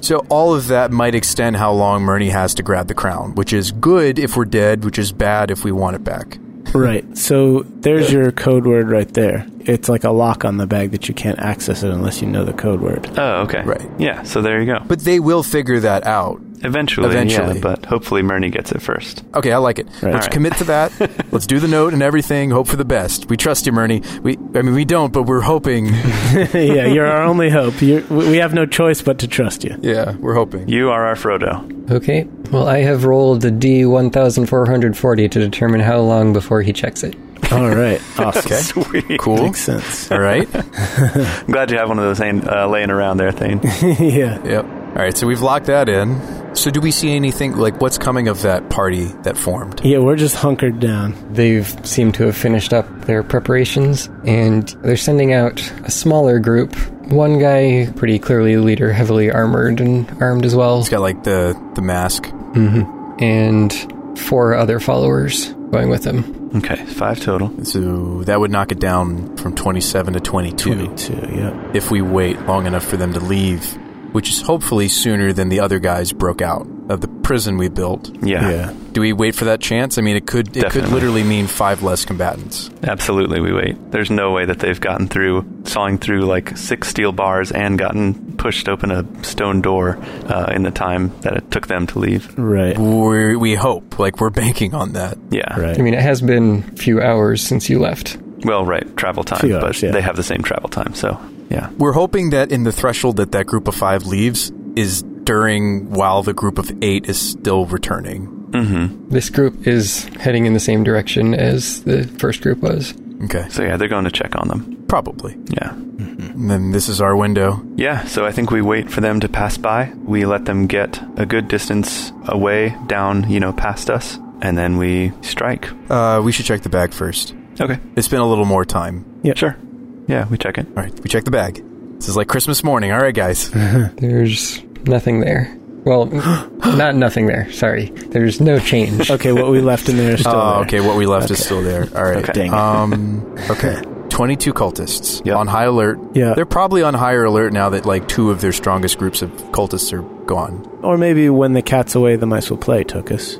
S4: So all of that might extend how long Murney has to grab the crown, which is good if we're dead, which is bad if we want it back.
S5: Right. So there's your code word right there. It's like a lock on the bag that you can't access it unless you know the code word.
S1: Oh, okay.
S4: Right.
S1: Yeah, so there you go.
S4: But they will figure that out.
S1: Eventually,
S4: Eventually.
S1: yeah, but hopefully Murney gets it first.
S4: Okay, I like it. Let's
S1: Alright.
S4: commit to that. Let's do the note and everything. Hope for the best. We trust you, Murney. We, I mean, we don't, but we're hoping.
S5: yeah, you're our only hope. You're, we we have no choice but to trust you.
S4: yeah, we're hoping.
S1: You are our Frodo.
S3: Okay, well, I have rolled a D1440 to determine how long before he checks it.
S5: All right. Awesome.
S1: Sweet.
S4: Cool.
S5: Makes sense.
S4: All right.
S1: I'm glad you have one of those hang- uh, laying around there, Thane.
S5: yeah.
S4: Yep. All right. So we've locked that in. So do we see anything like what's coming of that party that formed?
S5: Yeah, we're just hunkered down.
S3: They've seemed to have finished up their preparations, and they're sending out a smaller group. One guy, pretty clearly the leader, heavily armored and armed as well,
S4: It's got like the the mask.
S3: and four other followers going with him.
S1: Okay, five total.
S4: So that would knock it down from twenty seven to twenty two.
S5: Two, yeah.
S4: if we wait long enough for them to leave. which is hopefully sooner than the other guys broke out of the prison we built.
S1: Yeah,
S5: Yeah.
S4: Do we wait for that chance? I mean, it could it could
S1: Definitely.
S4: literally mean five less combatants.
S1: absolutely. We wait. There's no way that they've gotten through, sawing through like six steel bars and gotten pushed open a stone door uh, in the time that it took them to leave.
S5: Right.
S4: we we hope, like we're banking on that.
S1: Yeah.
S5: Right.
S3: I mean, it has been a few hours since you left.
S1: Well, right. Travel time,
S5: Few
S1: but
S5: hours, yeah.
S1: they have the same travel time. So yeah,
S4: We're hoping that in the threshold that that group of five leaves is during while the group of eight is still returning.
S1: Mm-hmm.
S3: This group is heading in the same direction as the first group was.
S4: Okay,
S1: so yeah, they're going to check on them.
S4: probably.
S1: Yeah.
S4: And then this is our window.
S1: Yeah, so I think we wait for them to pass by. We let them get a good distance away, down, you know, past us, and then we strike.
S4: Uh, we should check the bag first.
S1: Okay.
S4: It's been a little more time.
S1: Sure. Yeah, we check it.
S4: All right, we check the bag. This is like Christmas morning. All right, guys.
S3: There's nothing there. Well, not nothing there. Sorry. There's no change.
S5: Okay, what we left in there is still
S4: Oh,
S5: there.
S4: okay. What we left is still there. All right.
S1: Okay. Dang it.
S4: Um, okay. 22 cultists
S1: Yep.
S4: on high alert.
S5: Yeah.
S4: They're probably on higher alert now that like two of their strongest groups of cultists are gone.
S5: Or maybe when the cat's away, the mice will play, took us.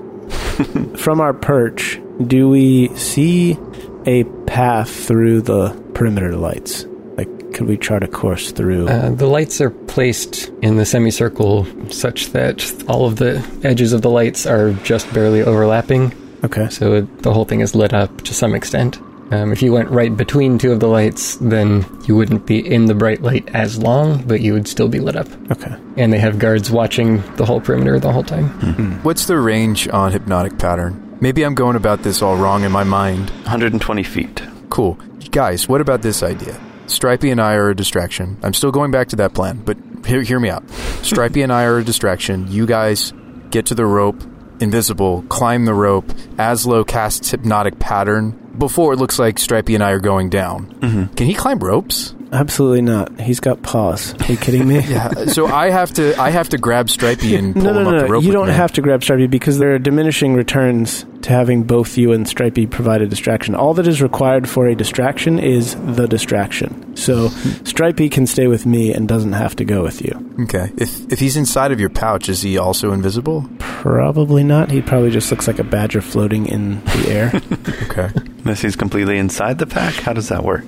S5: From our perch, do we see a path through the perimeter lights? Like, could we chart a course through?
S3: Uh, the lights are placed in the semicircle such that all of the edges of the lights are just barely overlapping,
S5: okay.
S3: so it, the whole thing is lit up to some extent. Um, if you went right between two of the lights, then you wouldn't be in the bright light as long, but you would still be lit up.
S5: Okay.
S3: And they have guards watching the whole perimeter the whole time.
S1: Hmm.
S4: What's the range on hypnotic pattern? Maybe I'm going about this all wrong in my mind.
S1: 120 feet.
S4: Cool. Guys, what about this idea? Stripey and I are a distraction. I'm still going back to that plan, but hear, hear me out. Stripey and I are a distraction. You guys get to the rope, invisible, climb the rope. Aslo casts hypnotic pattern before it looks like Stripey and I are going down. Mm-hmm. Can he climb ropes?
S5: Absolutely not. He's got paws. Are you kidding me?
S4: Yeah. so I have to I have to grab Stripey and pull
S5: No,
S4: him
S5: no,
S4: up
S5: no.
S4: the
S5: no.
S4: rope.
S5: You
S4: with
S5: don't
S4: me.
S5: have to grab Stripey because there are diminishing returns to having both you and Stripey provide a distraction. All that is required for a distraction is the distraction. So Stripey can stay with me and doesn't have to go with you.
S4: Okay. If if he's inside of your pouch, is he also invisible?
S5: Probably not. He probably just looks like a badger floating in the air.
S4: Okay.
S1: Unless he's completely inside the pack, how does that work?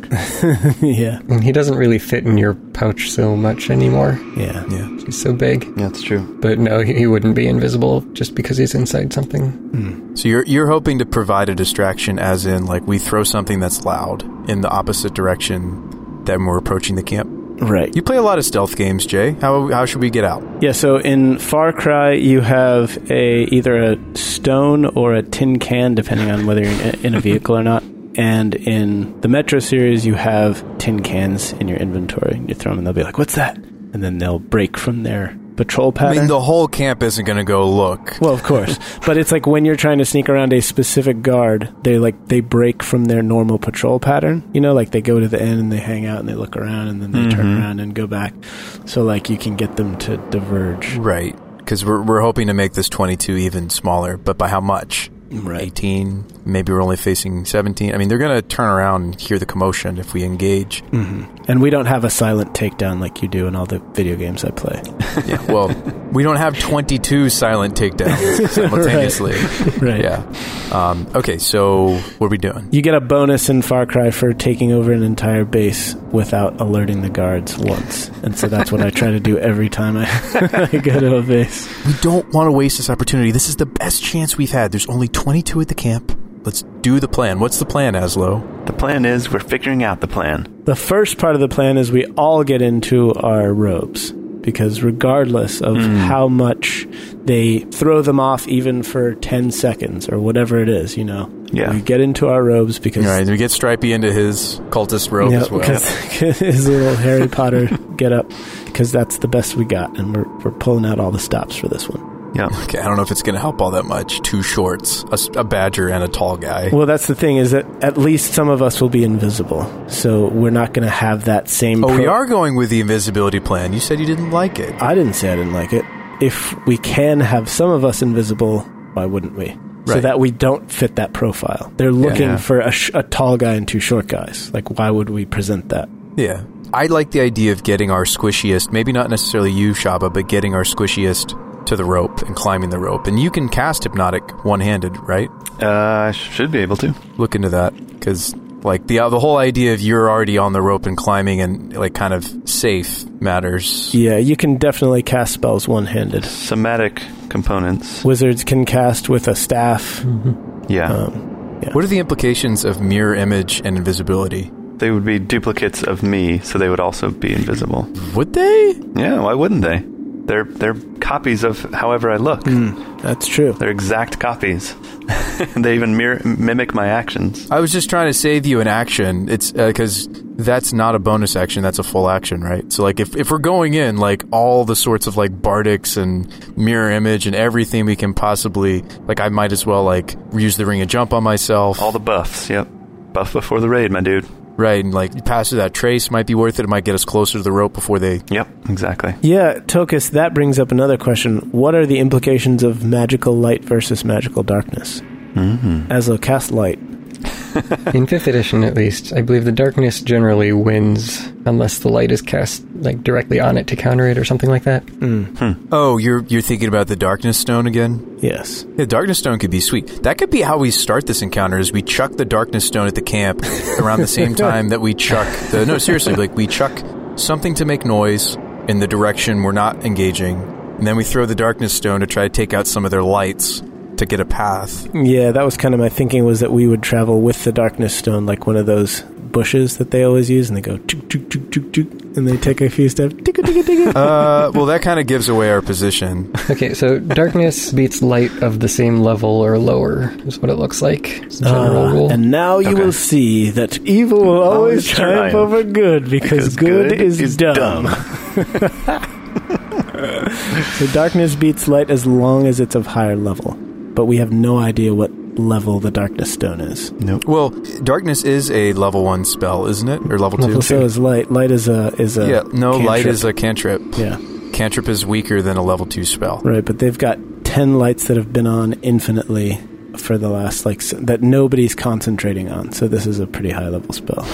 S5: yeah.
S3: And he doesn't really fit in your pouch so much anymore.
S5: Yeah.
S4: yeah.
S3: He's so big.
S1: That's true.
S3: But no, he, he wouldn't be invisible just because he's inside something.
S4: So you're you're hoping to provide a distraction, as in like we throw something that's loud in the opposite direction than we're approaching the camp.
S5: Right.
S4: You play a lot of stealth games, Jay. How how should we get out?
S5: Yeah, so in Far Cry you have a either a stone or a tin can depending on whether you're in- in a vehicle or not. And in the Metro series you have tin cans in your inventory. You throw them and they'll be like, "What's that?" And then they'll break from their patrol
S4: I
S5: pattern.
S4: mean, the whole camp isn't going to go look.
S5: Well, of course, but it's like when you're trying to sneak around a specific guard, they like they break from their normal patrol pattern. You know, like they go to the end and they hang out and they look around and then they
S4: Mm-hmm.
S5: turn around and go back. So like you can get them to diverge.
S4: Right, because we're we're hoping to make this 22 even smaller, but by how much?
S5: Right.
S4: 18. Maybe we're only facing 17. I mean, they're going to turn around and hear the commotion if we engage.
S5: Mm-hmm. And we don't have a silent takedown like you do in all the video games I play.
S4: Yeah. Well, we don't have 22 silent takedowns simultaneously.
S5: Right.
S4: Yeah. Um, okay, so what are we doing?
S5: You get a bonus in Far Cry for taking over an entire base without alerting the guards once. And so that's what I try to do every time I, I go to a base.
S4: We don't want to waste this opportunity. This is the best chance we've had. There's only 22 at the camp. Let's do the plan. What's the plan, Aslo?
S1: The plan is we're figuring out the plan.
S5: The first part of the plan is we all get into our robes because regardless of
S4: Mm.
S5: how much they throw them off even for 10 seconds or whatever it is, you know.
S1: Yeah.
S5: We get into our robes because
S4: All right, we get Stripey into his cultist robe
S5: Yeah,
S4: as well.
S5: because his little Harry Potter get up because that's the best we got and we're we're pulling out all the stops for this one.
S1: Yeah.
S4: Okay, I don't know if it's going to help all that much. Two shorts, a, s- a badger, and a tall guy.
S5: Well, that's the thing is that at least some of us will be invisible. So we're not going to have that same
S4: Oh, we
S5: pro-
S4: are going with the invisibility plan. You said you didn't like it.
S5: I didn't say I didn't like it. If we can have some of us invisible, why wouldn't we? So
S4: Right.
S5: that we don't fit that profile. They're looking
S1: Yeah.
S5: for a, sh- a tall guy and two short guys. Like, why would we present that?
S4: Yeah. I like the idea of getting our squishiest, maybe not necessarily you, Shaba, but getting our squishiest to the rope and climbing the rope. And you can cast Hypnotic one handed, right?
S1: Uh, I sh- should be able to.
S4: Look into that because. Like the the whole idea of you're already on the rope and climbing and like kind of safe matters.
S5: Yeah, you can definitely cast spells one handed.
S1: Somatic components.
S5: Wizards can cast with a staff.
S1: Yeah.
S5: Um,
S4: What are the implications of mirror image and invisibility?
S1: they would be duplicates of me, so they would also be invisible.
S4: Would they?
S1: Yeah, why wouldn't they? They're they're copies of however I look.
S5: Hmm. that's true.
S1: They're exact copies. they even mir- mimic my actions.
S4: I was just trying to save you an action. It's because that's not a bonus action. That's a full action, right? So like if, if we're going in, like all the sorts of like bardics and mirror image and everything we can possibly like, I might as well like use the ring of jump on myself.
S1: All the buffs. Yep. Buff before the raid, my dude.
S4: right, and like pass through that trace might be worth it. It might get us closer to the rope before they.
S1: Yep, exactly.
S5: Yeah, Tokus, that brings up another question. What are the implications of magical light versus magical darkness? Mm-hmm. Aslo, cast light.
S3: In fifth edition, at least, I believe the darkness generally wins unless the light is cast like directly on it to counter it or something like that.
S5: Hmm,
S4: Oh, you're you're thinking about the darkness stone again?
S5: Yes.
S4: Yeah, darkness stone could be sweet. That could be how we start this encounter: is we chuck the darkness stone at the camp around the same time that we chuck the. No, seriously, like we chuck something to make noise in the direction we're not engaging, and then we throw the darkness stone to try to take out some of their lights to get a path.
S5: Yeah, that was kind of my thinking was that we would travel with the darkness stone, like one of those bushes that they always use, and they go tuk tuk tuk tuk tuk, and they take a few steps. Tuk tuk tuk.
S4: Uh, well, that kind of gives away our position.
S3: Okay, so darkness beats light of the same level or lower is what it looks like. It's a general rule.
S5: Uh, And now you will see that evil will always
S1: always
S5: Oh, triumph
S1: triumph.
S5: over good because, good, is, dumb. So darkness beats light as long as it's of higher level, but we have no idea what level the darkness stone is.
S4: Well, darkness is a level one spell, isn't it, or level two?
S5: Level so is light. Light is a is a
S4: yeah, no, light
S5: cantrip.
S4: is a cantrip.
S5: yeah
S4: Cantrip is weaker than a level two spell.
S5: right. But they've got ten lights that have been on infinitely for the last like s- that nobody's concentrating on. So this is a pretty high level spell.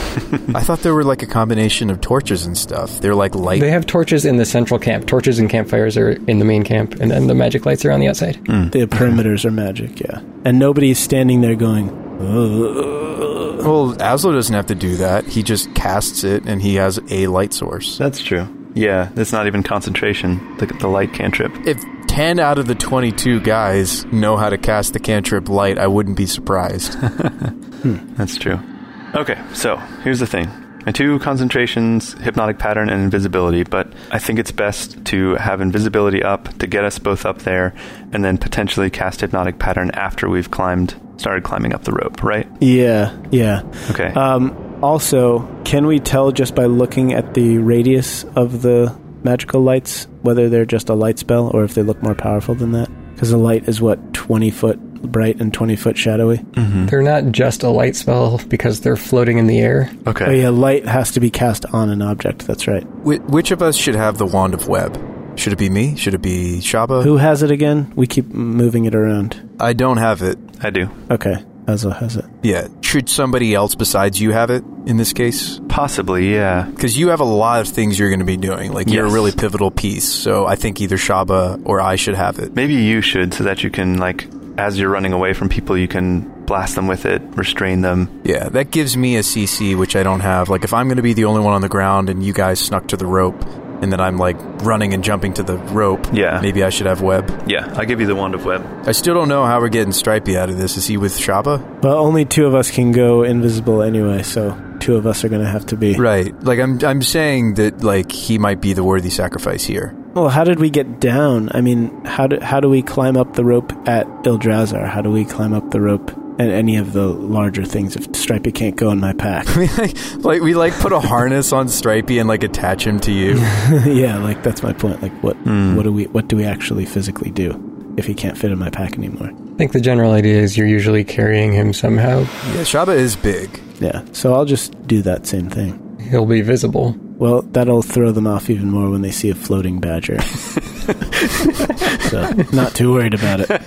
S4: I thought they were like a combination of torches and stuff. They're like light.
S3: They have torches in the central camp. Torches and campfires are in the main camp, and then the magic lights are on the outside.
S5: The perimeters are magic, yeah. And nobody's standing there going, "Ugh."
S4: well, Aslo doesn't have to do that. He just casts it, and he has a light source.
S1: That's true. Yeah, it's not even concentration. The, the light cantrip.
S4: If ten out of the twenty-two guys know how to cast the cantrip light, I wouldn't be surprised.
S1: That's true. Okay, so here's the thing. My two concentrations, hypnotic pattern and invisibility, but I think it's best to have invisibility up to get us both up there and then potentially cast hypnotic pattern after we've climbed started climbing up the rope, right?
S5: yeah, yeah.
S1: Okay.
S5: Um, also, can we tell just by looking at the radius of the magical lights whether they're just a light spell or if they look more powerful than that? Because the light is what, 20 foot bright and 20 foot shadowy?
S3: They're not just a light spell because they're floating in the air.
S1: okay.
S5: Oh, yeah, light has to be cast on an object, that's right.
S4: Wh- which of us should have the wand of web? Should it be me? Should it be Shaba?
S5: Who has it again? We keep moving it around.
S4: I don't have it.
S1: I do.
S5: Okay, Azul has it.
S4: Yeah. Should somebody else besides you have it in this case?
S1: Possibly, yeah.
S4: Because you have a lot of things you're going to be doing. Like you're a
S1: Yes.
S4: really pivotal piece. So I think either Shaba or I should have it.
S1: Maybe you should so that you can like as you're running away from people you can blast them with it, restrain them.
S4: Yeah, that gives me a CC, which I don't have. Like, if I'm going to be the only one on the ground and you guys snuck to the rope, and then I'm like running and jumping to the rope,
S1: Yeah.
S4: maybe I should have Web.
S1: Yeah, I'll give you the wand of web.
S4: I still don't know how we're getting Stripey out of this. Is he with Shaba?
S5: Well, only two of us can go invisible anyway, so two of us are going to have to be.
S4: Right. Like, I'm I'm saying that like he might be the worthy sacrifice here.
S5: Well, how did we get down? I mean, how do how do we climb up the rope at Ildrazzar? How do we climb up the rope at any of the larger things if Stripey can't go in my pack?
S4: like, we like put a harness on Stripey and like attach him to you.
S5: yeah, like that's my point. Like, what
S1: Hmm.
S5: what do we what do we actually physically do if he can't fit in my pack anymore?
S3: I think the general idea is you're usually carrying him somehow.
S4: yeah, Shaba is big.
S5: Yeah, so I'll just do that same thing.
S3: He'll be visible.
S5: Well, that'll throw them off even more when they see a floating badger. so, not too worried about it.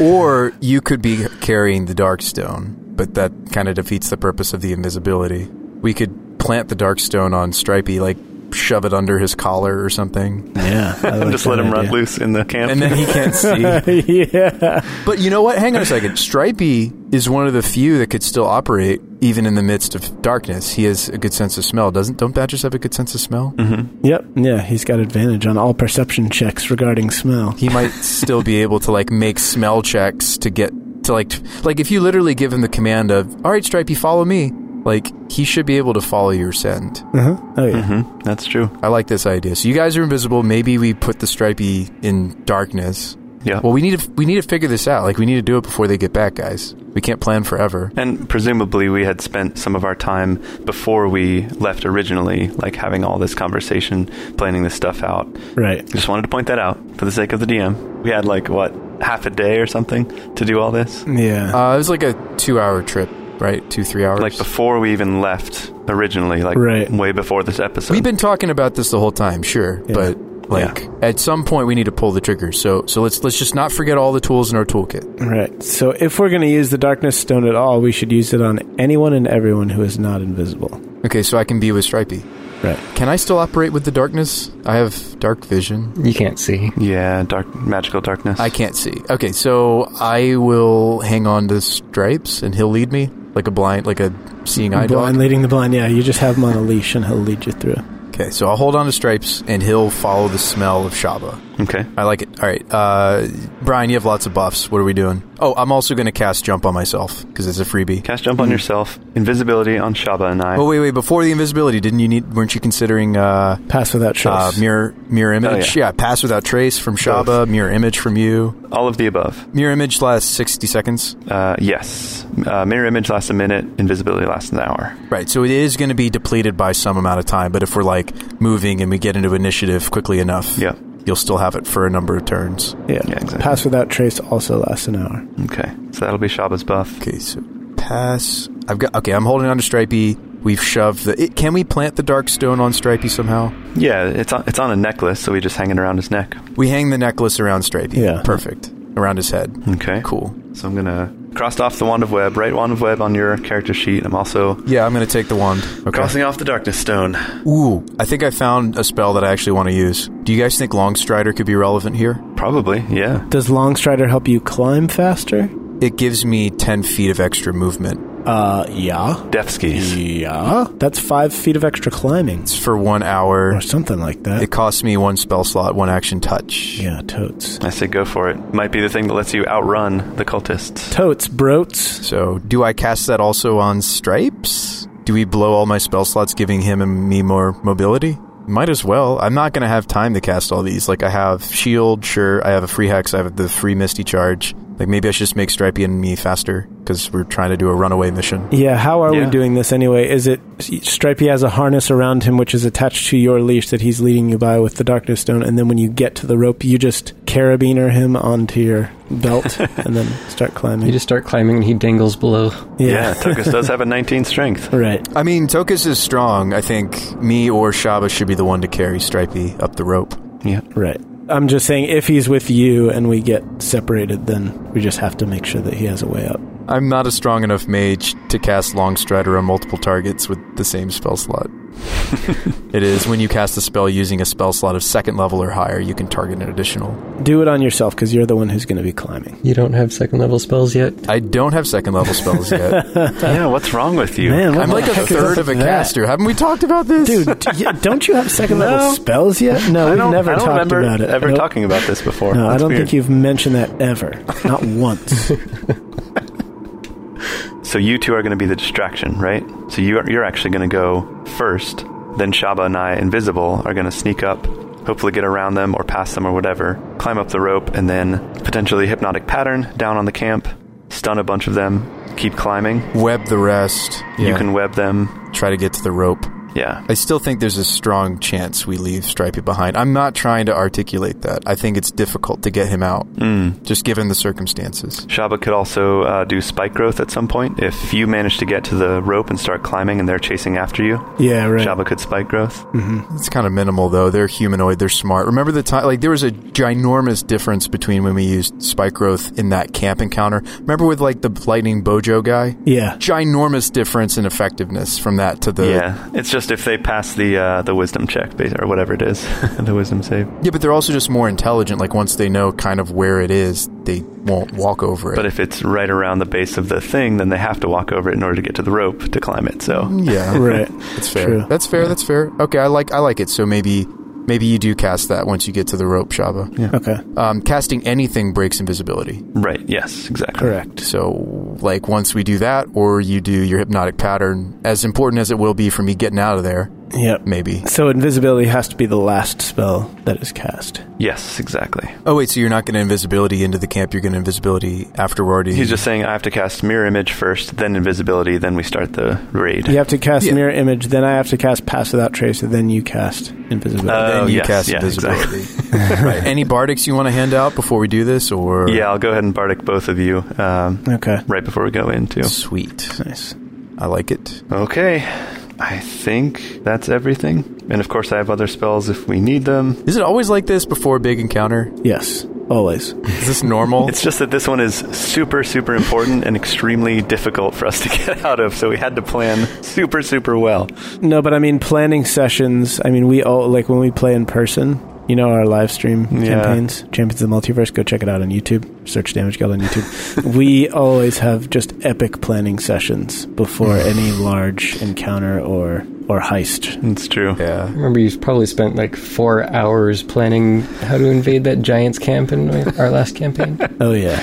S4: Or you could be carrying the Darkstone, but that kind of defeats the purpose of the invisibility. We could plant the dark stone on Stripey, like shove it under his collar or something,
S5: Yeah. I like
S1: Just let
S5: that
S1: him run
S5: idea.
S1: loose in the camp.
S4: and then he can't see.
S5: yeah.
S4: But you know what? Hang on a second. Stripey is one of the few that could still operate even in the midst of darkness. He has a good sense of smell. Doesn't don't badgers have a good sense of smell?
S1: Mm-hmm.
S5: Yep. Yeah, he's got advantage on all perception checks regarding smell.
S4: He might still be able to like make smell checks to get to like t- like if you literally give him the command of "All right, Stripey, follow me." Like he should be able to follow your scent.
S5: Uh-huh. Oh yeah.
S1: hmm That's true.
S4: I like this idea. So you guys are invisible. Maybe we put the Stripey in darkness.
S1: Yeah.
S4: Well, we need to we need to figure this out. Like we need to do it before they get back, guys. We can't plan forever.
S1: And presumably, we had spent some of our time before we left originally, like having all this conversation, planning this stuff out.
S5: Right.
S1: Just wanted to point that out for the sake of the DM. We had like, what, half a day or something to do all this?
S5: Yeah.
S4: Uh, it was like a two-hour trip, right? Two, three hours.
S1: Like before we even left originally, like
S5: Right.
S1: way before this episode.
S4: We've been talking about this the whole time, sure,
S5: Yeah.
S4: but like at some point we need to pull the trigger. So so let's let's just not forget all the tools in our toolkit.
S5: Uh, right. So if we're going to use the darkness stone at all, we should use it on anyone and everyone who is not invisible.
S4: Okay, so I can be with Stripey.
S5: Right.
S4: Can I still operate with the darkness? I have dark vision.
S3: You can't see.
S1: yeah, dark magical darkness.
S4: I can't see. Okay, so I will hang on to stripes and he'll lead me like a blind like a seeing eye
S5: blind
S4: dog.
S5: leading the blind. Yeah, you just have him on a leash and he'll lead you through.
S4: Okay, so I'll hold on to stripes and he'll follow the smell of Shaba.
S1: Okay.
S4: I like it. All right. Uh, Brian, you have lots of buffs. What are we doing? Oh, I'm also going to cast Jump on myself because it's a freebie.
S1: Cast jump on yourself, invisibility on Shaba and I.
S4: Oh, wait, wait. Before the invisibility, didn't you need, weren't you considering uh,
S5: Pass without trace.
S4: uh, mirror mirror image?
S1: Oh,
S4: yeah. Pass Without Trace from Shaba, Mirror Image from you.
S1: All of the above.
S4: Mirror Image lasts 60 seconds.
S1: Uh, yes. Uh, mirror image lasts a minute, invisibility lasts an hour.
S4: Right. So it is going to be depleted by some amount of time, but if we're like moving and we get into initiative quickly enough,
S1: Yeah.
S4: you'll still have it for a number of turns.
S5: yeah.
S1: yeah, exactly.
S5: Pass without trace also lasts an hour.
S1: Okay. So that'll be Shaba's buff.
S4: Okay, so pass. I've got. Okay, I'm holding on to Stripey. We've shoved the. It, can we plant the dark stone on Stripey somehow?
S1: Yeah, it's on, it's on a necklace, so we just hang it around his neck.
S4: We hang the necklace around Stripey.
S5: Yeah.
S4: perfect. Around his head.
S1: Okay.
S4: Cool.
S1: So I'm gonna cross off the wand of web, right wand of web on your character sheet. I'm also
S4: Yeah, I'm gonna take the wand.
S1: crossing off the darkness stone.
S4: Ooh, I think I found a spell that I actually want to use. Do you guys think Longstrider could be relevant here?
S1: Probably, yeah.
S5: Does Longstrider help you climb faster?
S4: It gives me ten feet of extra movement.
S5: Uh, yeah.
S1: Death skis.
S5: Yeah. That's five feet of extra climbing
S4: It's for one hour.
S5: or something like that.
S4: It costs me one spell slot, one action touch.
S5: yeah, totes.
S1: I say go for it. Might be the thing that lets you outrun the cultists.
S5: Totes, brotes.
S4: So, do I cast that also on Stripes? Do we blow all my spell slots, giving him and me more mobility? Might as well. I'm not going to have time to cast all these. Like, I have Shield, sure. I have a free Hex. I have the free Misty Charge. Like, maybe I should just make Stripey and me faster because we're trying to do a runaway mission.
S5: Yeah, how are
S1: Yeah.
S5: we doing this anyway? Is it Stripey has a harness around him which is attached to your leash that he's leading you by with the darkness stone, and then when you get to the rope, you just carabiner him onto your belt and then start climbing.
S3: You just start climbing and he dangles below.
S1: Yeah, Tokus does have a 19 strength.
S5: right.
S4: I mean, Tokus is strong. I think me or Shaba should be the one to carry Stripey up the rope.
S1: Yeah.
S5: Right. I'm just saying, if he's with you and we get separated, then we just have to make sure that he has a way up.
S4: I'm not a strong enough mage to cast Longstrider on multiple targets with the same spell slot. it is when you cast a spell using a spell slot of second level or higher, you can target an additional.
S5: Do it on yourself because you're the one who's going to be climbing.
S3: You don't have second level spells yet.
S4: I don't have second level spells yet.
S1: Yeah, what's wrong with you?
S5: Man, what
S4: I'm
S5: the
S4: like a
S5: heck is
S4: third
S5: up
S4: of a
S5: with that?
S4: caster. Haven't we talked about this?
S5: Dude, d- yeah, don't you have second level spells yet? No,
S1: I
S5: we've
S1: don't,
S5: never
S1: I don't
S5: talked
S1: remember
S5: about it. I
S1: ever
S5: don't-
S1: talking about this before.
S5: No, I
S1: That's
S5: don't
S1: weird.
S5: think you've mentioned that ever. Not once.
S1: So you two are going to be the distraction, right? So you are, you're actually going to go first. Then Shaba and I, invisible, are going to sneak up, hopefully get around them or past them or whatever, climb up the rope, and then potentially hypnotic pattern down on the camp, stun a bunch of them, keep climbing.
S4: Web the rest.
S1: You can web them.
S4: try to get to the rope.
S1: Yeah.
S4: I still think there's a strong chance we leave Stripey behind. I'm not trying to articulate that. I think it's difficult to get him out,
S5: Hmm.
S4: mm. just given the circumstances.
S1: Shaba could also uh, do spike growth at some point. If you manage to get to the rope and start climbing and they're chasing after you,
S5: Yeah, right.
S1: Shaba could spike growth.
S4: It's kind of minimal, though. They're humanoid. They're smart. Remember the time, like, there was a ginormous difference between when we used spike growth in that camp encounter. Remember with, like, the lightning bojo guy?
S5: Yeah.
S4: Ginormous difference in effectiveness from that to the.
S1: Yeah. It's just if they pass the uh, the wisdom check bas- or whatever it is, the wisdom save.
S4: Yeah, but they're also just more intelligent. Like, once they know kind of where it is, they won't walk over it.
S1: But if it's right around the base of the thing, then they have to walk over it in order to get to the rope to climb it. So
S4: yeah.
S5: Right.
S4: That's fair.
S5: True.
S4: That's fair. That's fair. Okay, I like I like it. So maybe maybe you do cast that once you get to the rope, Shaba. Yeah.
S5: Okay.
S4: Um, casting anything breaks invisibility.
S1: right, yes, exactly.
S5: Correct.
S4: So like once we do that, or you do your hypnotic pattern, as important as it will be for me getting out of there,
S5: Yep.
S4: maybe.
S5: So invisibility has to be the last spell that is cast.
S1: Yes, exactly.
S4: Oh wait, so you're not going to invisibility into the camp. You're going to invisibility after we're already.
S1: He's just saying I have to cast mirror image first, then invisibility, then we start the raid.
S5: You have to cast
S4: Yeah.
S5: mirror image, then I have to cast pass without trace, and then you cast invisibility.
S1: Oh,
S4: Then you
S1: yes,
S4: cast
S1: yeah,
S4: invisibility. right. Any bardics you want to hand out before we do this, or
S1: Yeah, I'll go ahead and bardic both of you um,
S5: okay.
S1: right before we go into.
S4: Sweet.
S5: Nice.
S4: I like it.
S1: Okay, I think that's everything. And of course, I have other spells if we need them.
S4: Is it always like this before a big encounter?
S5: Yes. Always.
S4: Is this normal?
S1: It's just that this one is super, super important and extremely difficult for us to get out of, so we had to plan super, super well.
S5: No, but I mean planning sessions. I mean, we all like when we play in person. You know our live stream
S1: Yeah.
S5: campaigns, Champions of the Multiverse. Go check it out on YouTube. Search Damage Guild on YouTube. we always have just epic planning sessions before any large encounter or or heist.
S1: It's true.
S4: yeah.
S3: Remember, you probably spent like four hours planning how to invade that giant's camp in our last campaign.
S5: Oh yeah,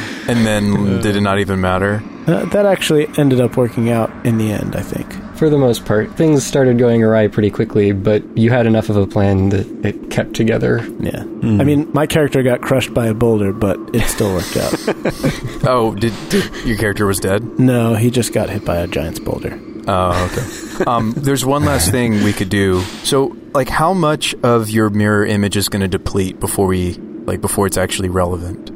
S4: And then did it not even matter?
S5: uh, that actually ended up working out in the end. I think.
S3: For the most part, things started going awry pretty quickly, but you had enough of a plan that it kept together.
S5: Yeah. I mean, my character got crushed by a boulder, but it still worked out.
S4: Oh, did, did your character was dead?
S5: no, he just got hit by a giant's boulder.
S4: Oh, okay. Um, there's one last thing we could do. So, like, how much of your mirror image is going to deplete before we, like, before it's actually relevant?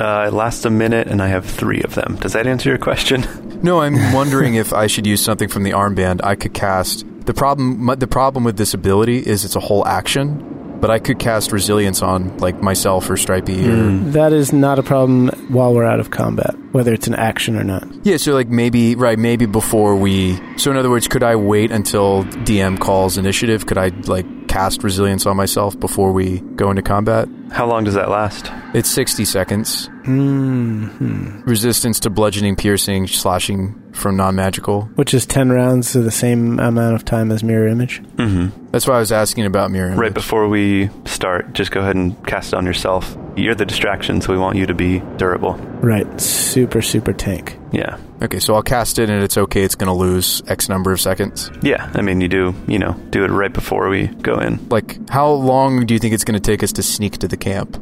S1: Uh, it lasts a minute, and I have three of them. Does that answer your question?
S4: No, I'm wondering if I should use something from the armband. I could cast. The problem, my- the problem with this ability is it's a whole action, but I could cast resilience on like myself or Stripey or
S5: That is not a problem while we're out of combat, whether it's an action or not.
S4: Yeah, so like maybe right, maybe before we. So in other words, could I wait until DM calls initiative? Could I like cast resilience on myself before we go into combat?
S1: How long does that last?
S4: It's sixty seconds. Mm-hmm. Resistance to bludgeoning, piercing, slashing from non-magical.
S5: Which is 10 rounds, so the same amount of time as mirror image.
S1: Mm-hmm.
S4: That's why I was asking about mirror. Image.
S1: Right before we start, just go ahead and cast it on yourself. You're the distraction, so we want you to be durable.
S5: Right. Super, super tank.
S1: Yeah.
S4: Okay, so I'll cast it, and it's okay. It's going to lose X number of seconds.
S1: Yeah, I mean, you do, you know, do it right before we go in.
S4: Like, how long do you think it's going to take us to sneak to the camp?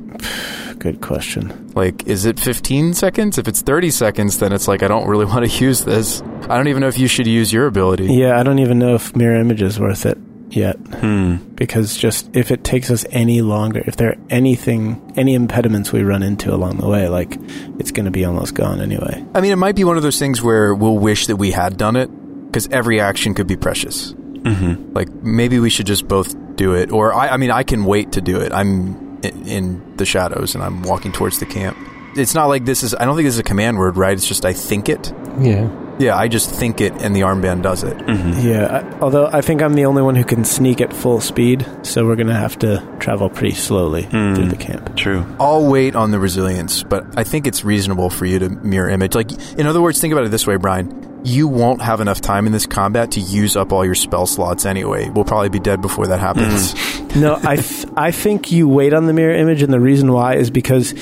S5: Good question.
S4: Like, is it 15 seconds? If it's 30 seconds, then it's like I don't really want to use this. I don't even know if you should use your ability.
S5: Yeah, I don't even know if mirror image is worth it yet.
S1: Hmm.
S5: Because just if it takes us any longer, if there are anything, any impediments we run into along the way, like it's going to be almost gone anyway.
S4: I mean, it might be one of those things where we'll wish that we had done it because every action could be precious. Mm-hmm. Like maybe we should just both do it, or I, I mean, I can wait to do it. I'm in, in the shadows and I'm walking towards the camp. It's not like this is. I don't think this is a command word, right? It's just I think it.
S3: Yeah.
S4: Yeah, I just think it, and the armband does it.
S5: Yeah, I, although I think I'm the only one who can sneak at full speed, so we're going to have to travel pretty slowly through the camp.
S1: True.
S4: I'll wait on the resilience, but I think it's reasonable for you to mirror image. Like, in other words, think about it this way, Brian. You won't have enough time in this combat to use up all your spell slots anyway. We'll probably be dead before that happens.
S5: no, I th- I think you wait on the mirror image, and the reason why is because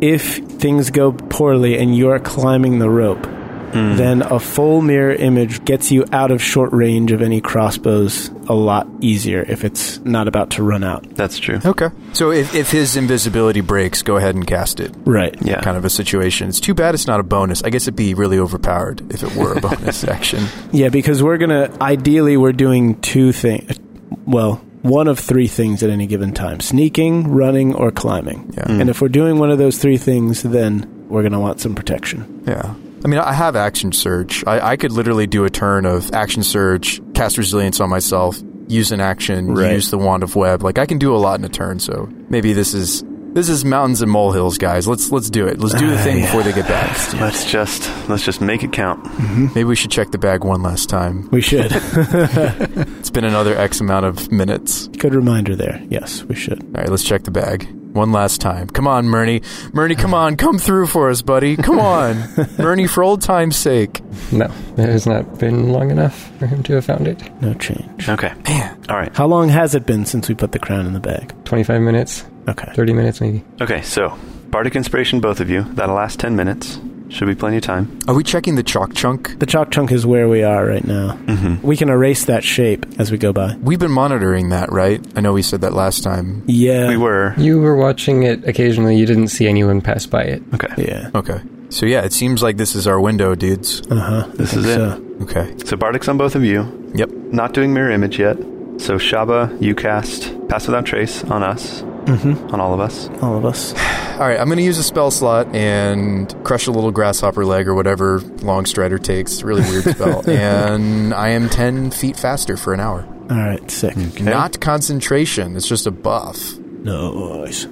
S5: if things go poorly and you're climbing the rope, then a full mirror image gets you out of short range of any crossbows a lot easier if it's not about to run out.
S1: That's true.
S4: Okay. So if, if his invisibility breaks, go ahead and cast it.
S5: Right.
S1: Yeah.
S4: Kind of a situation. It's too bad it's not a bonus. I guess it'd be really overpowered if it were a bonus action.
S5: Yeah, because we're gonna ideally we're doing two things. Well, one of three things at any given time: sneaking, running, or climbing.
S4: Yeah.
S5: And if we're doing one of those three things, then we're gonna want some protection.
S4: Yeah. I mean, I have action surge. I, I could literally do a turn of action surge, cast resilience on myself, use an action,
S5: Right.
S4: use the wand of web. Like I can do a lot in a turn. So maybe this is this is mountains and molehills, guys. Let's let's do it. Let's do the thing before they get back.
S1: Let's just let's just make it count.
S4: Maybe we should check the bag one last time.
S5: We should.
S4: It's been another X amount of minutes.
S5: Good reminder there. Yes, we should.
S4: All right, let's check the bag one last time. Come on, Murney. Murney, come on, come through for us, buddy. Come on, Murney, for old time's sake.
S3: No, it has not been long enough for him to have found it.
S5: No change.
S1: Okay.
S4: Man.
S1: All right.
S5: How long has it been since we put the crown in the bag?
S3: 25 minutes,
S5: Okay.
S3: 30 minutes maybe.
S1: Okay. So bardic inspiration, both of you. That'll last ten minutes. Should be plenty of time.
S4: Are we checking the chalk chunk?
S5: The chalk chunk is where we are right now. Mm-hmm. We can erase that shape as we go by.
S4: We've been monitoring that, right? I know we said that last time.
S5: Yeah.
S1: We were.
S3: You were watching it occasionally, you didn't see anyone pass by it.
S1: Okay.
S5: Yeah.
S4: Okay. So yeah, it seems like this is our window, dudes.
S5: Uh huh.
S1: This is it.
S4: Okay.
S1: So bardic's on both of you.
S4: Yep.
S1: Not doing mirror image yet. So Shaba, you cast pass without trace on us,
S5: Mm-hmm.
S1: on all of us.
S5: All of us.
S4: All right, I'm going to use a spell slot and crush a little grasshopper leg or whatever long strider takes. It's a really weird spell. And I am 10 feet faster for an hour.
S5: All right. Sick.
S1: Mm.
S4: Not concentration, it's just a buff.
S5: Nice.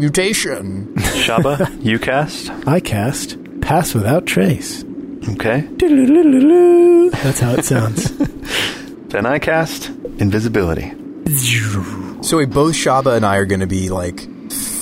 S4: Transmutation.
S1: Shaba, you cast.
S5: I cast pass without trace.
S1: Okay.
S5: Doo-doo-doo-doo-doo. That's how it sounds.
S1: Then I cast invisibility.
S4: So wait, both Shaba and I are going to be like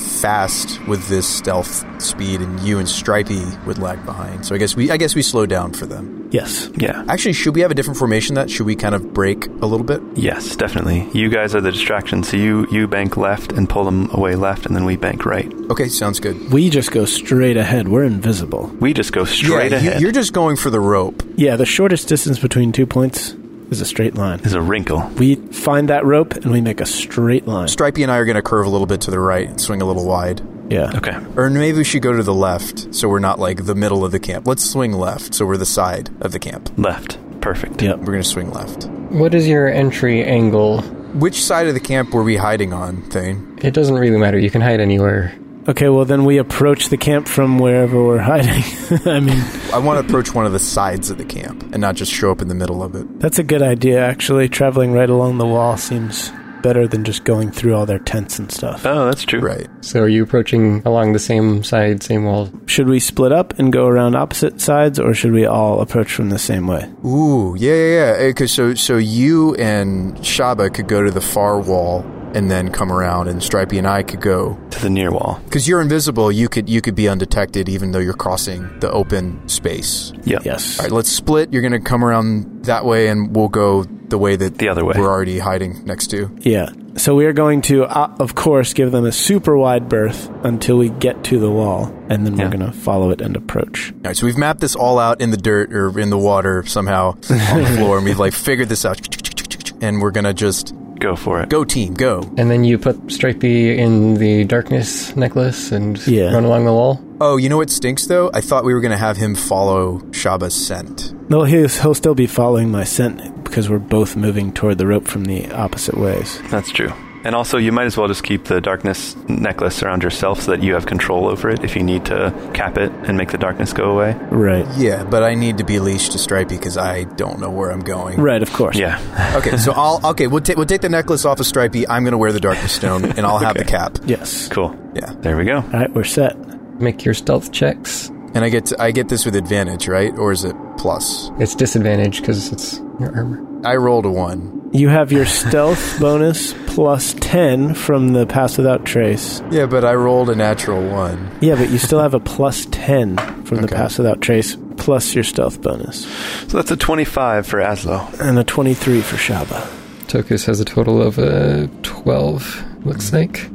S4: fast with this stealth speed and you and Stripey would lag behind. So I guess we I guess we slow down for them.
S5: yes.
S1: Yeah.
S4: Actually, should we have a different formation? That should we kind of break a little bit?
S1: Yes, definitely. You guys are the distraction. So you you bank left and pull them away left, and then we bank right.
S4: Okay, sounds good.
S5: We just go straight ahead. We're invisible.
S1: We just go straight
S4: yeah, you-
S1: ahead.
S4: you're just going for the rope.
S5: Yeah. The shortest distance between two points is a straight line.
S1: Is a wrinkle.
S5: We find that rope and we make a straight line.
S4: Stripey and I are going to curve a little bit to the right and swing a little wide.
S5: Yeah.
S1: Okay.
S4: Or maybe we should go to the left so we're not like the middle of the camp. Let's swing left so we're the side of the camp.
S1: Left. Perfect.
S5: Yep.
S4: We're going to swing left.
S3: What is your entry angle?
S4: Which side of the camp were we hiding on, Thane?
S3: It doesn't really matter. You can hide anywhere.
S5: Okay. Well, then we approach the camp from wherever we're hiding. I mean,
S4: I want to approach one of the sides of the camp and not just show up in the middle of it.
S5: that's a good idea. Actually, traveling right along the wall seems better than just going through all their tents and stuff.
S1: Oh, that's true.
S4: Right.
S3: So are you approaching along the same side, same wall?
S5: Should we split up and go around opposite sides, or should we all approach from the same way?
S4: Ooh, yeah, yeah, yeah. Because so, so you and Shaba could go to the far wall and then come around, and Stripey and I could go
S1: To the near wall.
S4: because you're invisible. You could you could be undetected even though you're crossing the open space.
S1: Yep.
S5: Yes.
S4: All right, let's split. You're gonna come around that way, and we'll go the way that
S1: The other way.
S4: we're already hiding next to.
S5: Yeah. So we are going to, uh, of course, give them a super wide berth until we get to the wall, and then
S1: Yeah.
S5: we're going to follow it and approach.
S4: All right, so we've mapped this all out in the dirt or in the water somehow on the floor, and we've like figured this out. And we're gonna just
S1: Go for it.
S4: go, team, go.
S3: And then you put Stripey in the darkness necklace and
S5: Yeah.
S3: run along the wall?
S4: Oh, you know what stinks though? I thought we were gonna have him follow Shaba's scent.
S5: No, he'll, he'll still be following my scent because we're both moving toward the rope from the opposite ways.
S1: That's true. And also, you might as well just keep the darkness necklace around yourself so that you have control over it if you need to cap it and make the darkness go away.
S5: Right.
S4: Yeah, but I need to be leashed to Stripey because I don't know where I'm going.
S5: Right, of course.
S1: Yeah.
S4: Okay, so I'll okay. We'll, ta- we'll take the necklace off of Stripey. I'm gonna wear the darkness stone, and I'll have the cap.
S5: Yes.
S1: Cool.
S4: Yeah,
S1: There we go.
S5: All right, we're set.
S3: Make your stealth checks.
S4: and I get to, I get this with advantage, right? Or is it plus?
S3: It's disadvantage because it's your armor.
S4: I rolled a one.
S5: You have your stealth bonus plus 10 from the pass without trace.
S4: Yeah, but I rolled a natural one.
S5: Yeah, but you still have a plus 10 from the
S4: Okay.
S5: pass without trace plus your stealth bonus.
S1: So that's a 25 for Aslo.
S5: And a 23 for Shaba.
S3: Tokus has a total of uh, 12, looks like.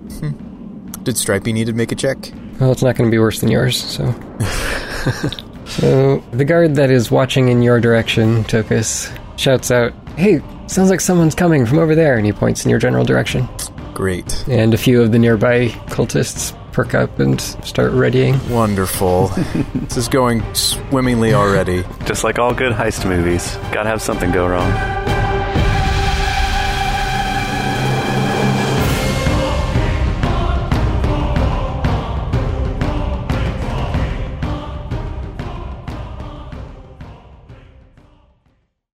S4: Did Stripey need to make a check?
S3: Well, it's not going to be worse than yours, so. So the guard that is watching in your direction, Tokus, shouts out, "Hey, sounds like someone's coming from over there!" And he points in your general direction.
S4: Great.
S3: And a few of the nearby cultists perk up and start readying.
S4: Wonderful. this is going swimmingly already.
S1: Just like all good heist movies, gotta have something go wrong.